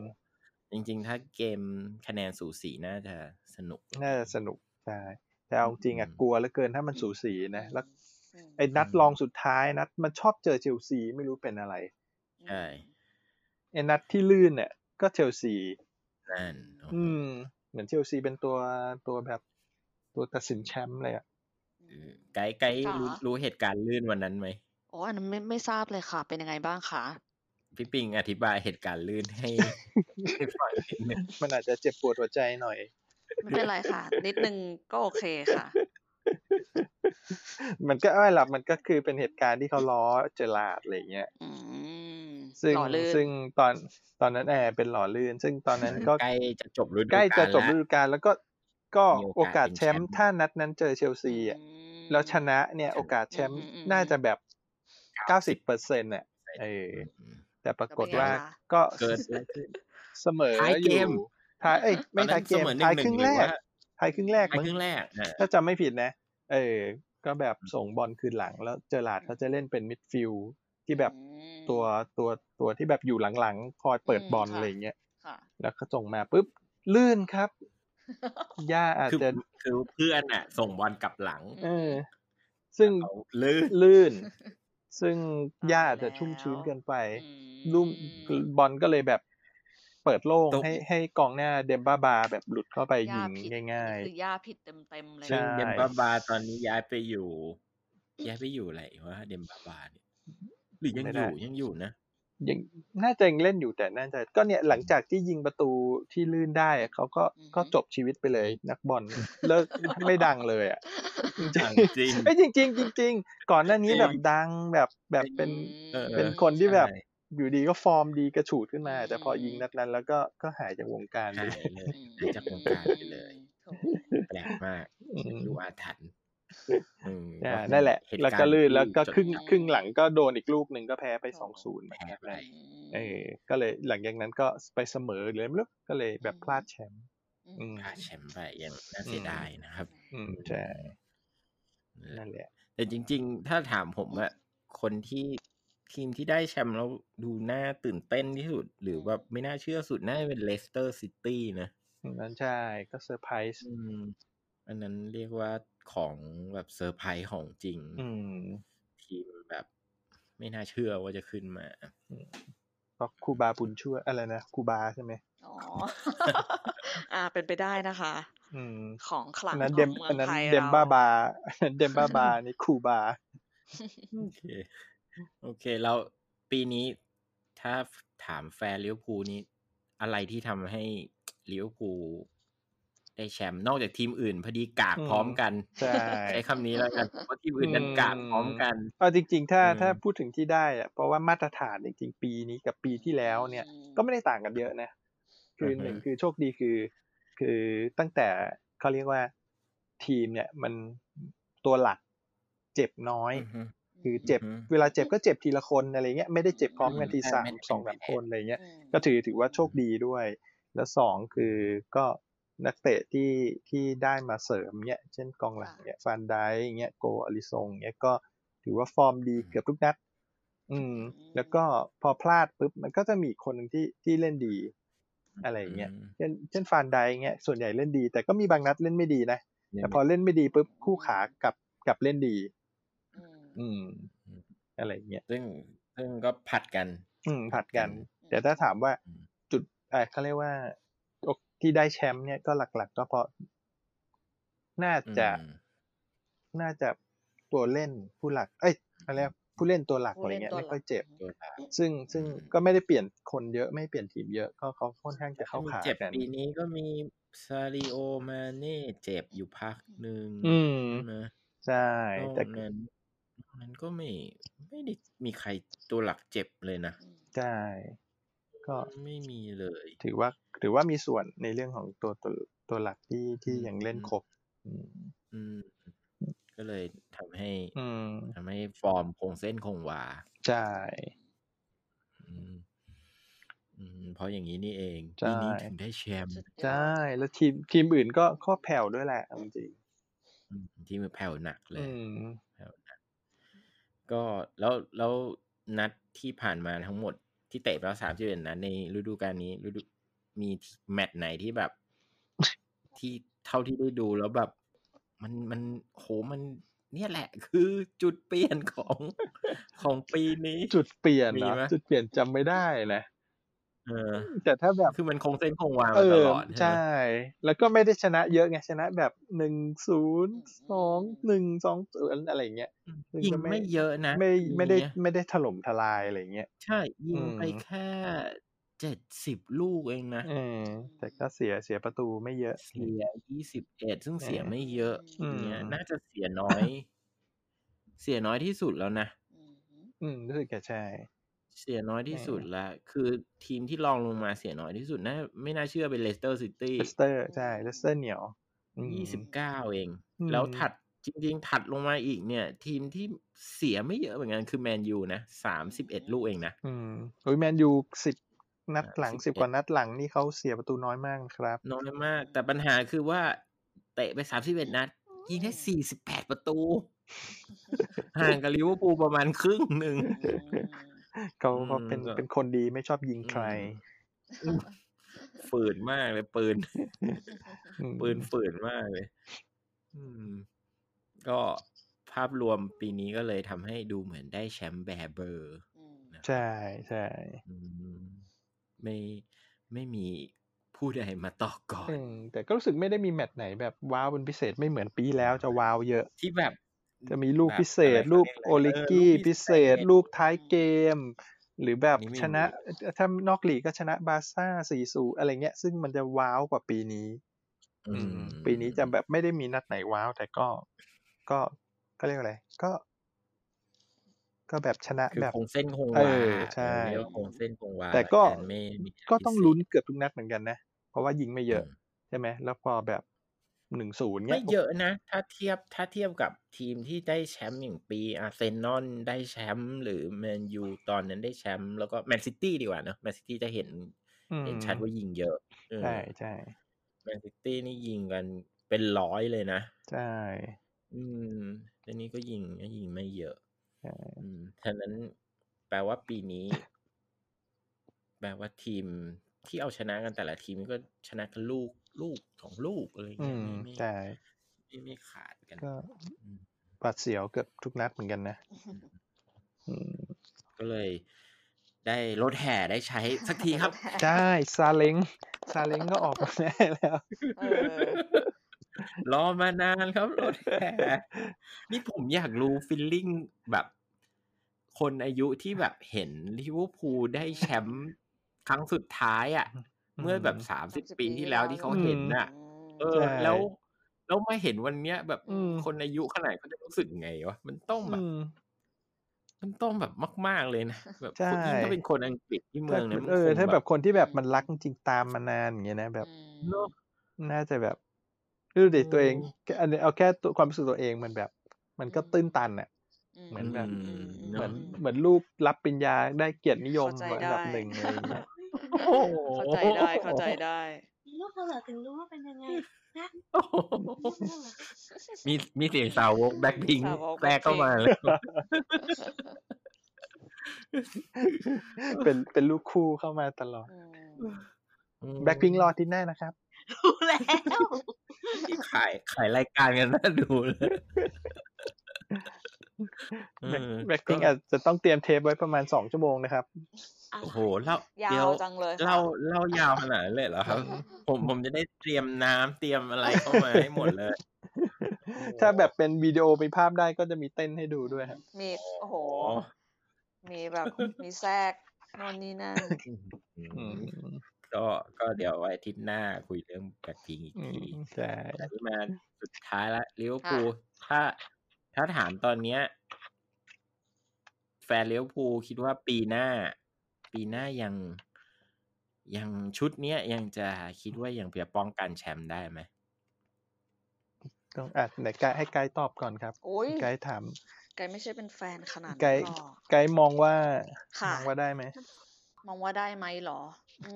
[SPEAKER 1] จริง ๆ ถ้าเกมคะแนนสูสีน่าจะสนุก
[SPEAKER 2] น่าจะสนุกใช่แต่เอาจริงอ่ะ
[SPEAKER 1] อืม
[SPEAKER 2] กลัวเหลือเกินถ้ามันสูสีนะแล้ว
[SPEAKER 3] ม
[SPEAKER 2] ไอ้นัดรองสุดท้ายนัดมันชอบเจอเชลซีไม่รู้เป็นอะไร
[SPEAKER 1] ใช่
[SPEAKER 2] ไอ้นัดที่ลื่นเนี่ยก็เชลซี
[SPEAKER 1] นั่นโอ้โห
[SPEAKER 2] อืม เหมือนเชลซีเป็นตัวตัวแบบตัวตัดสินแชมป์เลยอ่ะ
[SPEAKER 1] เออไกด์ไกด์รู้รู้เหตุการณ์ลื่นวันนั้นไหม
[SPEAKER 3] อ๋ออันนั้นไม่ไม่ทราบเลยค่ะ เป็นยังไงบ้างคะ
[SPEAKER 1] พี่ปิงอธิบายเหตุการณ์ลื่นให้ ให้ฟังนิดนึง
[SPEAKER 2] มันอาจจะเจ็บปวดหัวใจหน่อย
[SPEAKER 3] ไม่เป็นไรค่ะ นิดนึงก็โอเคค่ะ
[SPEAKER 2] มันก็ไม่หลับมันก็คือเป็นเหตุการณ์ที่เขาล้อเจอราร์ดอะไรอย่างเงี้ย
[SPEAKER 3] อืม
[SPEAKER 2] ซึ่ง
[SPEAKER 3] หล่อลื่น
[SPEAKER 2] ซึ่งตอนตอนนั้นแอร์เป็นหล่อลื่น ซึ่งตอนนั้นก็
[SPEAKER 1] ใกล้จะจบฤดู
[SPEAKER 2] ใกล้จะจบฤ
[SPEAKER 1] กาล
[SPEAKER 2] ดูกาลแล้วก็ก็
[SPEAKER 1] มี
[SPEAKER 2] โอ
[SPEAKER 1] โอ
[SPEAKER 2] าก
[SPEAKER 1] กา
[SPEAKER 2] ส
[SPEAKER 1] ส
[SPEAKER 2] แช
[SPEAKER 1] เป็นแช
[SPEAKER 2] ม
[SPEAKER 1] มป์
[SPEAKER 2] ป์ถ้านัดนั้นเจอเชลซีอ่ะ
[SPEAKER 3] อืม
[SPEAKER 2] แล้วชนะเนี่ยโอกาสแชมป์
[SPEAKER 3] อืมอืมอืม
[SPEAKER 2] น่าจะแบบเก้าสิบเปอร์เซ็นต์อ่ะเออ
[SPEAKER 1] อืมอืม
[SPEAKER 2] แต่ปรากฏว่า
[SPEAKER 3] แล้วเป็นไงล่ะ
[SPEAKER 2] ก็
[SPEAKER 1] เกิดอะไรขึ้น
[SPEAKER 2] เสมอ
[SPEAKER 1] ท้าย
[SPEAKER 2] อ
[SPEAKER 1] เก
[SPEAKER 2] ยู่
[SPEAKER 1] ม
[SPEAKER 2] ท้ายเอ้ยไม่ท้ายเก
[SPEAKER 1] ตอน
[SPEAKER 2] ม
[SPEAKER 1] นั้น
[SPEAKER 2] ท้าย
[SPEAKER 1] เสมอหนึ่งหนึ่ง
[SPEAKER 2] ครึ่ง
[SPEAKER 1] หรื
[SPEAKER 2] แร
[SPEAKER 1] อก ว่า
[SPEAKER 2] ท้ายครึ่งแรก
[SPEAKER 1] ไป
[SPEAKER 2] มั้ง
[SPEAKER 1] ครึ่งแรกอ่ะ
[SPEAKER 2] ถ้าจำไม่ผิดนะ เออ ก็แบบส่งบอลคืนหลังแล้วเจอหลาดเขาจะเล่นเป็นมิดฟิลด์ที่แบบ
[SPEAKER 3] อืม
[SPEAKER 2] ตัวตัวตัวที่แบบอยู่หลังๆคอยเปิด
[SPEAKER 3] อืม
[SPEAKER 2] บอล
[SPEAKER 3] ค่ะ
[SPEAKER 2] อะไรอย่างเงี้ย
[SPEAKER 3] ค่ะ
[SPEAKER 2] แล้วก็ส่งมาปุ๊บ ลื่น ครับ ย่าอาจ
[SPEAKER 1] คือ
[SPEAKER 2] จะ
[SPEAKER 1] คือเพื่อนอ่ะ ส่งบอลกลับหลัง
[SPEAKER 2] เออ ซึ่ง
[SPEAKER 1] เขาลื่น
[SPEAKER 2] ลื่น ซึ่ง
[SPEAKER 3] ตาย
[SPEAKER 2] ย่าอาจจะ
[SPEAKER 3] แล้ว
[SPEAKER 2] ชุ่มชื้นเกินไป
[SPEAKER 3] อืม
[SPEAKER 2] ลุ่มบอลก็เลยแบบเปิดโล่ง
[SPEAKER 1] ตก
[SPEAKER 2] ให้ให้กองหน้าเดมบ้าบาแบบหลุดเข้าไปยิง
[SPEAKER 3] ผิด
[SPEAKER 2] ง่าย
[SPEAKER 3] อันนี้คือย่าผิดเต็มๆเลย
[SPEAKER 2] ใช่
[SPEAKER 1] ซึ่ง
[SPEAKER 3] นะ
[SPEAKER 1] เดมบาบาตอนนี้ย้ายไปอยู่ ย้ายไปอยู่อะไรวะเดมบาบาเนี่ยหรือยังอยู่ยังอยู่ นะ
[SPEAKER 2] ๆยังน่าจะยังเล่นอยู่แต่น่าจะก็เนี่ยหลังจากที่ยิงประตูที่ลื่นได้อะเขาก็ก็จบชีวิตไปเลย นักบอลเลิกไม่ดังเลย อ่ะ
[SPEAKER 1] ดังจริง
[SPEAKER 2] ไอ้ยจริงๆจริง ๆ ก่อนหน้านี้แบบดังแบบแบบเป็น
[SPEAKER 1] เออ
[SPEAKER 2] เป็นคนที่แบบ
[SPEAKER 1] ใช่
[SPEAKER 2] อยู่ดีก็ฟอร์มดีกระฉูดขึ้นมา แต่พอยิงนัดนั้นแล้วก็ก็หายจากวงการไป
[SPEAKER 1] หาย
[SPEAKER 2] เลย
[SPEAKER 1] เลย
[SPEAKER 3] อืม
[SPEAKER 1] หายจากวงการไปเลย
[SPEAKER 3] โถ
[SPEAKER 1] แปลกมาก
[SPEAKER 2] อืม
[SPEAKER 1] ดูอาถรรพ์อืมก็
[SPEAKER 2] อ่า
[SPEAKER 1] เป็
[SPEAKER 2] นั่นแหละ
[SPEAKER 1] เห
[SPEAKER 2] แล้
[SPEAKER 1] ตุา
[SPEAKER 2] ว
[SPEAKER 1] รณ์
[SPEAKER 2] ก็ลื่นแล้วก็
[SPEAKER 1] ที่
[SPEAKER 2] ครึ่ง
[SPEAKER 1] จดจ
[SPEAKER 2] ครึ่งหลังก็โดนอีกลูกหนึ่งก็แพ้ไปสองศูนย์
[SPEAKER 1] ำแพ้ไป
[SPEAKER 2] เออก็เลยหลังจากนั้นก็ไปเสมอเลยไม่รู้ก็เลยแบบพลาดแชมป์ อืม
[SPEAKER 1] พลาดแชมป์ไปยังน่าเสียดายนะครับ
[SPEAKER 2] อืมใช่นั่นแหละ
[SPEAKER 1] แต่จริง ๆ ถ้าถามผมอะคนที่ทีมที่ได้แชมป์แล้วดูน่าตื่นเต้นที่สุด หรือว่าไม่น่าเชื่อสุด น่าจะเป็นเลสเตอร์ซิตี้นะ
[SPEAKER 2] นั่นใช่ก็เซอร์ไพรส์
[SPEAKER 1] อืมอันนั้นเรียกว่าของแบบเซอร์ไพรส์ของจริง
[SPEAKER 2] อืม
[SPEAKER 1] ทีมแบบ ไม่น่าเชื่อว่าจะขึ้นมา
[SPEAKER 2] เพราะครูบาบุญช่วยอะไรนะครูบาใช่ไหม
[SPEAKER 3] อ๋อ อ่า เป็นไปได้นะคะ
[SPEAKER 2] อืม
[SPEAKER 3] ของขลั
[SPEAKER 2] อั
[SPEAKER 3] ง
[SPEAKER 2] น
[SPEAKER 3] ขอ
[SPEAKER 2] นั้น
[SPEAKER 3] ง
[SPEAKER 2] เดม
[SPEAKER 3] เมือ
[SPEAKER 2] อั
[SPEAKER 3] ง
[SPEAKER 2] นนั้น
[SPEAKER 3] ไทย
[SPEAKER 2] เดมบ้า
[SPEAKER 3] เรา
[SPEAKER 2] บา อันนั้นเดมบ้าบานี่ครูบา
[SPEAKER 1] โอเค โอเค แล้วปีนี้ถ้าถามแฟนลิเวอร์พูลนี้ อะไรที่ทำให้ลิเวอร์พูลได้แชมป์นอกจากทีมอื่น พอดีกาก
[SPEAKER 2] อืม
[SPEAKER 1] พร้อมกัน
[SPEAKER 2] ใช่
[SPEAKER 1] ใช้คำนี้แล้วกันเพราะทีมอื่นนั้น
[SPEAKER 2] อืม
[SPEAKER 1] กากพร้อมกัน
[SPEAKER 2] เอาจริง ๆ ถ้า
[SPEAKER 1] อืม
[SPEAKER 2] ถ้าพูดถึงที่ได้อะเพราะว่ามาตรฐานจริงๆ ปีนี้กับปีที่แล้วเนี่ย ก็ไม่ได้ต่างกันเยอะนะ คือ
[SPEAKER 1] อฮึ
[SPEAKER 2] หนึ่งคือโชคดีคือ คือตั้งแต่เขาเรียกว่าทีมเนี่ยมันตัวหลักเจ็บน้อย
[SPEAKER 1] อือฮึ
[SPEAKER 2] คือเจ็บ
[SPEAKER 1] อือฮึ
[SPEAKER 2] เวลาเจ็บก็เจ็บทีละคนอะไรเงี้ยไม่ได้เจ็บพร้อมกันทีสาม
[SPEAKER 1] ไม่ได้เป็น
[SPEAKER 2] สองสาม
[SPEAKER 1] แผล
[SPEAKER 2] คนอะไรเงี้ย
[SPEAKER 3] อืม
[SPEAKER 2] ก็ถือถือว่าโชคดีด้วย แล้วสองคือก็นักเตะที่ที่ได้มาเสริมเนี่ยเช่นกองหลังเนี่ยฟานไดเงี้ยโกอลิซงเนี่ยก็ถือว่าฟอร์มดีเกือบทุกนัด อืม แล้วก็พอพลาดปุ๊บมันก็จะมีอีกคนหนึ่งที่ที่เล่นดี อะไรอย่างเงี้ย เช่นเช่นฟานไดเงี้ยส่วนใหญ่เล่นดี แต่ก็มีบางนัดเล่นไม่ดีนะ แต่พอเล่นไม่ดีปุ๊บคู่ขากลับกลับเล่นดี
[SPEAKER 3] อืม
[SPEAKER 2] อืม อะไรอย่างเงี้ย
[SPEAKER 5] ซึ่งซึ่งก็ผัดกัน
[SPEAKER 2] อืมผัดกัน แต่ถ้าถามว่า
[SPEAKER 5] อืม
[SPEAKER 2] จุดเอ่อเขาเรียกว่าโอที่ได้แชมป์เนี่ยก็หลัก ๆ ก็เพราะน่าจะ
[SPEAKER 5] อืม
[SPEAKER 2] น่าจะตัวเล่นผู้หลัก เอ้ยอะไรยกผู้เล่นตัวหลัก
[SPEAKER 3] ผู้
[SPEAKER 2] อะไร
[SPEAKER 3] ล่น
[SPEAKER 2] เงี้ย
[SPEAKER 3] ตัว
[SPEAKER 2] ไม่
[SPEAKER 3] หลั
[SPEAKER 2] ค่อยเจ็บ
[SPEAKER 1] ตัวหลัก
[SPEAKER 2] ซึ่งซึ่ง
[SPEAKER 5] อืม
[SPEAKER 2] ก็ไม่ได้เปลี่ยนคนเยอะไม่เปลี่ยนทีมเยอะก็เขาค่อนข้างจะเข้า
[SPEAKER 1] มี
[SPEAKER 2] ขา
[SPEAKER 1] เจ็บ
[SPEAKER 2] กัน
[SPEAKER 1] ปีนี้ก็มีซาริโอมาเน่เจ็บอยู่พักหนึ่ง
[SPEAKER 2] อืม
[SPEAKER 1] ใช่ไหม
[SPEAKER 2] ใช่แต่
[SPEAKER 1] นอกนั้นนอกนั้นก็ไม่ไม่ได้มีใครตัวหลักเจ็บเลยนะ
[SPEAKER 3] อืม
[SPEAKER 2] ใช่ก็
[SPEAKER 1] ไม่มีเลย
[SPEAKER 2] ถือว่าถือว่ามีส่วนในเรื่องของตัวตัวตัวหลักที่ที่
[SPEAKER 1] อืม
[SPEAKER 2] ยังเล่นครบ อืม
[SPEAKER 1] อืม ก็เลยทำให้
[SPEAKER 2] อืม
[SPEAKER 1] ทำให้ฟอร์มคงเส้นคงวา
[SPEAKER 2] ใช่
[SPEAKER 1] อืมอืมเพราะอย่างนี้นี่เอง
[SPEAKER 2] ใช่
[SPEAKER 1] ปีนี้ถึงได้แชมป์
[SPEAKER 3] สุดยอด
[SPEAKER 2] ใช่ แล้วทีมทีมอื่นก็ข้อแผ่วด้วยแหละเอาจริง
[SPEAKER 1] อืมที่มือแผ่วหนักเล
[SPEAKER 2] อื
[SPEAKER 1] ย
[SPEAKER 2] ม
[SPEAKER 1] แล้วนะก็แล้วแล้วนัดที่ผ่านมาทั้งหมดที่เตะไปแล้วสามสิบเอ็ดนัดในฤดูกาลนี้ฤดูมีแมตช์ไหนที่ แบบ ที่เท่าที่ได้ดูแล้วแบบ มันมันโหมัน เนี่ยแหละ คือจุดเปลี่ยนของ ของปีนี้
[SPEAKER 2] จุดเปลี่ยน
[SPEAKER 1] มี
[SPEAKER 2] เนาะ
[SPEAKER 1] ไหม
[SPEAKER 2] จุดเปลี่ยนจำไม่ได้นะ
[SPEAKER 1] เออ
[SPEAKER 2] แต่ถ้าแบบ
[SPEAKER 1] คือมันคงเส้นคงวา
[SPEAKER 2] เอ
[SPEAKER 1] มาต
[SPEAKER 2] อ
[SPEAKER 1] ลอดใช่ไหม
[SPEAKER 2] ใช่ แล้วก็ไม่ได้ชนะเยอะไงชนะแบบหนึ่งศูนย์สองหนึ่งสองอะไรอย่างเงี้ย ซึ่ง
[SPEAKER 1] ยิง
[SPEAKER 2] ก็ไม่
[SPEAKER 1] ไม่เยอะนะ
[SPEAKER 2] ไม่
[SPEAKER 1] ปี
[SPEAKER 2] ไม่ได้
[SPEAKER 1] เนี้ย
[SPEAKER 2] ไม่ได้ถล่มทลายอะไรอย่างเงี้ย
[SPEAKER 1] ใช่ยิง
[SPEAKER 2] อืม
[SPEAKER 1] ไปแค่เจ็ดสิบลูกเองนะ
[SPEAKER 2] เออแต่ก็เสียเสียประตูไม่เยอะ
[SPEAKER 1] เสียยี่สิบเอ็ดซึ่งเสีย
[SPEAKER 2] เออ
[SPEAKER 1] ไม่เยอะ
[SPEAKER 3] อืม
[SPEAKER 1] เนี้ย
[SPEAKER 2] อืม
[SPEAKER 1] น่าจะเสียน้อ ย เสียน้อยที่สุดแล้วนะ
[SPEAKER 3] อืม
[SPEAKER 2] อืมรู้สึกจะใช่
[SPEAKER 1] เสียน้อยที่
[SPEAKER 2] เออ
[SPEAKER 1] สุดละ คือทีมที่รองลงมาเสียน้อยที่สุดน่าไม่น่าเชื่อเป็นเลสเตอร์ซิตี้
[SPEAKER 2] เลสเตอร์ใช่เลสเตอร์เหนียวอืม
[SPEAKER 1] ยี่สิบเก้าเอง
[SPEAKER 2] อืม
[SPEAKER 1] แล้วถัดจริงๆ ถัดลงมาอีกเนี่ย ทีมที่เสียไม่เยอะเหมือนกันคือแมนยูนะสามสิบเอ็ดลูกเองนะ
[SPEAKER 2] อืมโอ้ยแมนยูสิบนัดหลัง
[SPEAKER 1] 11
[SPEAKER 2] สิบกว่านัดหลังนี่เขาเสียประตูน้อยมากนะครับ
[SPEAKER 1] น้อยมาก แต่ปัญหาคือว่า เตะไปสามสิบเอ็ดนัด ยิงได้สี่สิบแปด ประตู ห่างกับลิเวอร์พูลประมาณครึ่งหนึ่ง
[SPEAKER 3] อืม
[SPEAKER 2] เขา
[SPEAKER 1] อืม
[SPEAKER 2] เขาเป็น
[SPEAKER 1] ก็
[SPEAKER 2] เป็นคนดีไม่ชอบยิงใคร
[SPEAKER 1] อื ฝืนมากเลยปืน
[SPEAKER 2] อืม
[SPEAKER 1] ปืนฝืนมากเลย อืม ก็ภาพรวมปีนี้ก็เลยทำให้ดูเหมือนได้แชมป์แบร์เบอร์
[SPEAKER 3] อืม
[SPEAKER 1] นะ
[SPEAKER 2] ใช่ใช่
[SPEAKER 1] อืมไม่ไม่มีผู้ใดมาต่อก่อน
[SPEAKER 2] อืมแต่ก็รู้สึกไม่ได้มีแมตช์ไหนแบบว้าวเป็นพิเศษไม่เหมือนปีแล้วจะว้าวเยอะ
[SPEAKER 1] ที่แบบ
[SPEAKER 2] จะมีลูก
[SPEAKER 1] แบบ
[SPEAKER 2] พิเศษ
[SPEAKER 1] อะไ
[SPEAKER 2] ลูก
[SPEAKER 1] เขาเยะไร
[SPEAKER 2] โอลิ
[SPEAKER 1] เ
[SPEAKER 2] กี้
[SPEAKER 1] ลู
[SPEAKER 2] พิเศษ ลูกท้ายเกม หรือแบบ
[SPEAKER 1] นี่ไม่
[SPEAKER 2] ชนะ
[SPEAKER 1] มี
[SPEAKER 2] ถ้านอกลีกก็ชนะบาร์ซ่าสี่สูอะไรเงี้ย ซึ่งมันจะว้าวกว่าปีนี้
[SPEAKER 1] อืม
[SPEAKER 2] ปีนี้จะแบบไม่ได้มีนัดไหนว้าว แต่ก็ก็ก็เรียกว่าอะไรก็ ก็แบบชนะ
[SPEAKER 1] คือ
[SPEAKER 2] แบบ
[SPEAKER 1] คงเส้นคง
[SPEAKER 2] เอ
[SPEAKER 1] วา
[SPEAKER 2] อใช่
[SPEAKER 1] เรียกว่าคงเส้นคงวา
[SPEAKER 2] แต่ก็
[SPEAKER 1] ไม่มีะไร
[SPEAKER 2] ก็ต้อง
[SPEAKER 1] พิเศษ
[SPEAKER 2] ลุ้นเกือบทุกนัดเหมือนกันนะ เพราะว่ายิงไม่เยอะ
[SPEAKER 1] ม
[SPEAKER 2] ใช่ไหมแล้วพอแบบหนึ่งศูนย์เนี้
[SPEAKER 1] ไม่
[SPEAKER 2] ย
[SPEAKER 1] เยอะนะ ถ้าเทียบถ้าเทียบกับทีมที่ได้แชมป์อย่างปีอาร์เซนอลได้แชมป์หรือแมนยูตอนนั้นได้แชมป์แล้วก็แมนซิตี้ดีกว่าเนอะแมนซิตี้จะเห็น
[SPEAKER 2] อืม
[SPEAKER 1] เห็นชัดว่ายิงเยอะเออ
[SPEAKER 2] ใช่ใช่
[SPEAKER 1] แมนซิตี้นี่ยิงกันเป็นร้อยเลยนะ
[SPEAKER 2] ใช่
[SPEAKER 1] อืมแต่นี้ก็ยิงก็ยิงไม่เยอะ
[SPEAKER 2] ใช่
[SPEAKER 1] อืมฉะนั้นแปลว่าปีนี้ แปลว่าทีมที่เอาชนะกันแต่ละทีมก็ชนะกันลูกลูกสองลูกอะไรอย่าง
[SPEAKER 2] อื
[SPEAKER 1] เงี้ย
[SPEAKER 2] ม
[SPEAKER 1] ไม่ไม่
[SPEAKER 2] ใช่
[SPEAKER 1] ไม่ไม่ขาดกัน
[SPEAKER 2] ก็บาดเสียวเกือบทุกนัดเหมือนกันนะอืม
[SPEAKER 1] ก็เลยได้รถแห่ได้ใช้สักทีครับ
[SPEAKER 2] ใช่ซาเล้งซาเล้งก็ออกมาแน่แล้ว
[SPEAKER 3] เออ
[SPEAKER 1] รอมานานครับรถแห่นี่ผมอยากรู้ฟิลลิ่งแบบ คนอายุที่แบบเห็นลิเวอร์พูลได้แชมป์ครั้งสุดท้ายอะ่ะ เมื่อแบบสามสิบ
[SPEAKER 3] 30
[SPEAKER 1] ปีที่แล้วที่เขาเห็นน่ะ เอ
[SPEAKER 3] ม
[SPEAKER 1] อ
[SPEAKER 2] ใช่
[SPEAKER 1] แล้วแล้วมาเห็นวันเนี้ย แบบ
[SPEAKER 2] อืม
[SPEAKER 1] คนอายุขนาดเขาจะรู้สึกไงวะมันต้องแบ
[SPEAKER 2] อื
[SPEAKER 1] บ
[SPEAKER 2] ม
[SPEAKER 1] มันต้องแบบมาก ๆเลยนะแบบ
[SPEAKER 2] ใช่
[SPEAKER 1] ยิ่งถ้าเป็นคนอังกฤษที่เมือง
[SPEAKER 2] ถ้า
[SPEAKER 1] เนี่ยมัน
[SPEAKER 2] เออ
[SPEAKER 1] คง
[SPEAKER 2] ถ้า
[SPEAKER 1] แบ
[SPEAKER 2] แบบ บคนที่แบบมันรักจริงๆตามมานานอย่างเงี้ยนะแบบ
[SPEAKER 1] เนอะ
[SPEAKER 2] น่าจะแบบดูดิ
[SPEAKER 1] อืม
[SPEAKER 2] ตัวเองแค่อันนี้เอาแค่ตัวความรู้สึกตัวเองมันแบบ มันก็ตื้นตันอ่ะ
[SPEAKER 3] อืม
[SPEAKER 2] เหมือนแบบ
[SPEAKER 1] อืม
[SPEAKER 2] เหมือน
[SPEAKER 1] เนอะ
[SPEAKER 2] เหมือนลูกรับปริญญาได้เกียรตินิยม
[SPEAKER 3] เข้าใจ
[SPEAKER 2] อันดับ
[SPEAKER 3] ได้
[SPEAKER 2] หนึ่งอะไรอย่าง เลย
[SPEAKER 3] เข้าใจได้เข้าใจได้
[SPEAKER 4] ลูกเธอเหรอถึงรู้ว่าเป็นยังไงนะ
[SPEAKER 1] โอ้โห
[SPEAKER 4] ลูกเธอเหรอ
[SPEAKER 1] มีมีเสียงสาวกแบ็คพิง
[SPEAKER 3] สาวก
[SPEAKER 1] แทรกเข้ามาเลย
[SPEAKER 2] เป็นเป็นลูกคู่เข้ามาตลอด
[SPEAKER 3] อืม
[SPEAKER 2] แบ็คพิงรอทินหน้านะครับ
[SPEAKER 4] รู้แล้ว
[SPEAKER 1] ขายขายรายการกันน่าดูเลยเออ
[SPEAKER 2] แบ็คพิงอาจจะต้องเตรียมเทปไว้ประมาณสองชั่วโมงนะครับ
[SPEAKER 1] โอ้โหเล่าย
[SPEAKER 3] า
[SPEAKER 1] เดี๋ยว ว
[SPEAKER 3] จังเลยค่ะ
[SPEAKER 1] เล่าเล่ายาวขนาดนั้นเลยเหรอครับ ผมผมจะได้เตรียมน้ำเตรียมอะไรเข้ามาให้หมดเลย
[SPEAKER 2] ถ้าแบบเป็นวิดีโอมีภาพได้ก็จะมีเต้นให้ดูด้วยครับ
[SPEAKER 3] มีโอ้โห
[SPEAKER 1] โอ้
[SPEAKER 3] มีแบบมีแทรกโน่นนี่นั่น
[SPEAKER 2] อืม
[SPEAKER 1] ก็ก็เดี๋ยวอาทิตย์หน้าคุยเรื่องแบ็คพิงอีก
[SPEAKER 2] อื
[SPEAKER 1] ที
[SPEAKER 2] มใช่
[SPEAKER 1] แต่ที่มาสุดท้ายละลิเวอร์พูลถ้าถ้าถามตอนเนี้ย แฟนลิเวอร์พูลคิดว่าปีหน้า ปีหน้ายังยังชุดเนี้ยยังจะคิดว่ายังเพียป้องกันแชมป์ได้ไหม
[SPEAKER 2] ต้องอ่ะไหนไกด์ให้ไกด์ตอบก่อนครับ
[SPEAKER 3] โอ้ย
[SPEAKER 2] ไกด์ถาม
[SPEAKER 3] ไกด์ไม่ใช่เป็นแฟนขนาด
[SPEAKER 2] ไก
[SPEAKER 3] นั้น
[SPEAKER 2] ด์
[SPEAKER 3] หรอก
[SPEAKER 2] ไกด์มองว่า
[SPEAKER 3] ค่ะ
[SPEAKER 2] มองว่าได้ไหม
[SPEAKER 3] มองว่าได้ไหมหรอ อื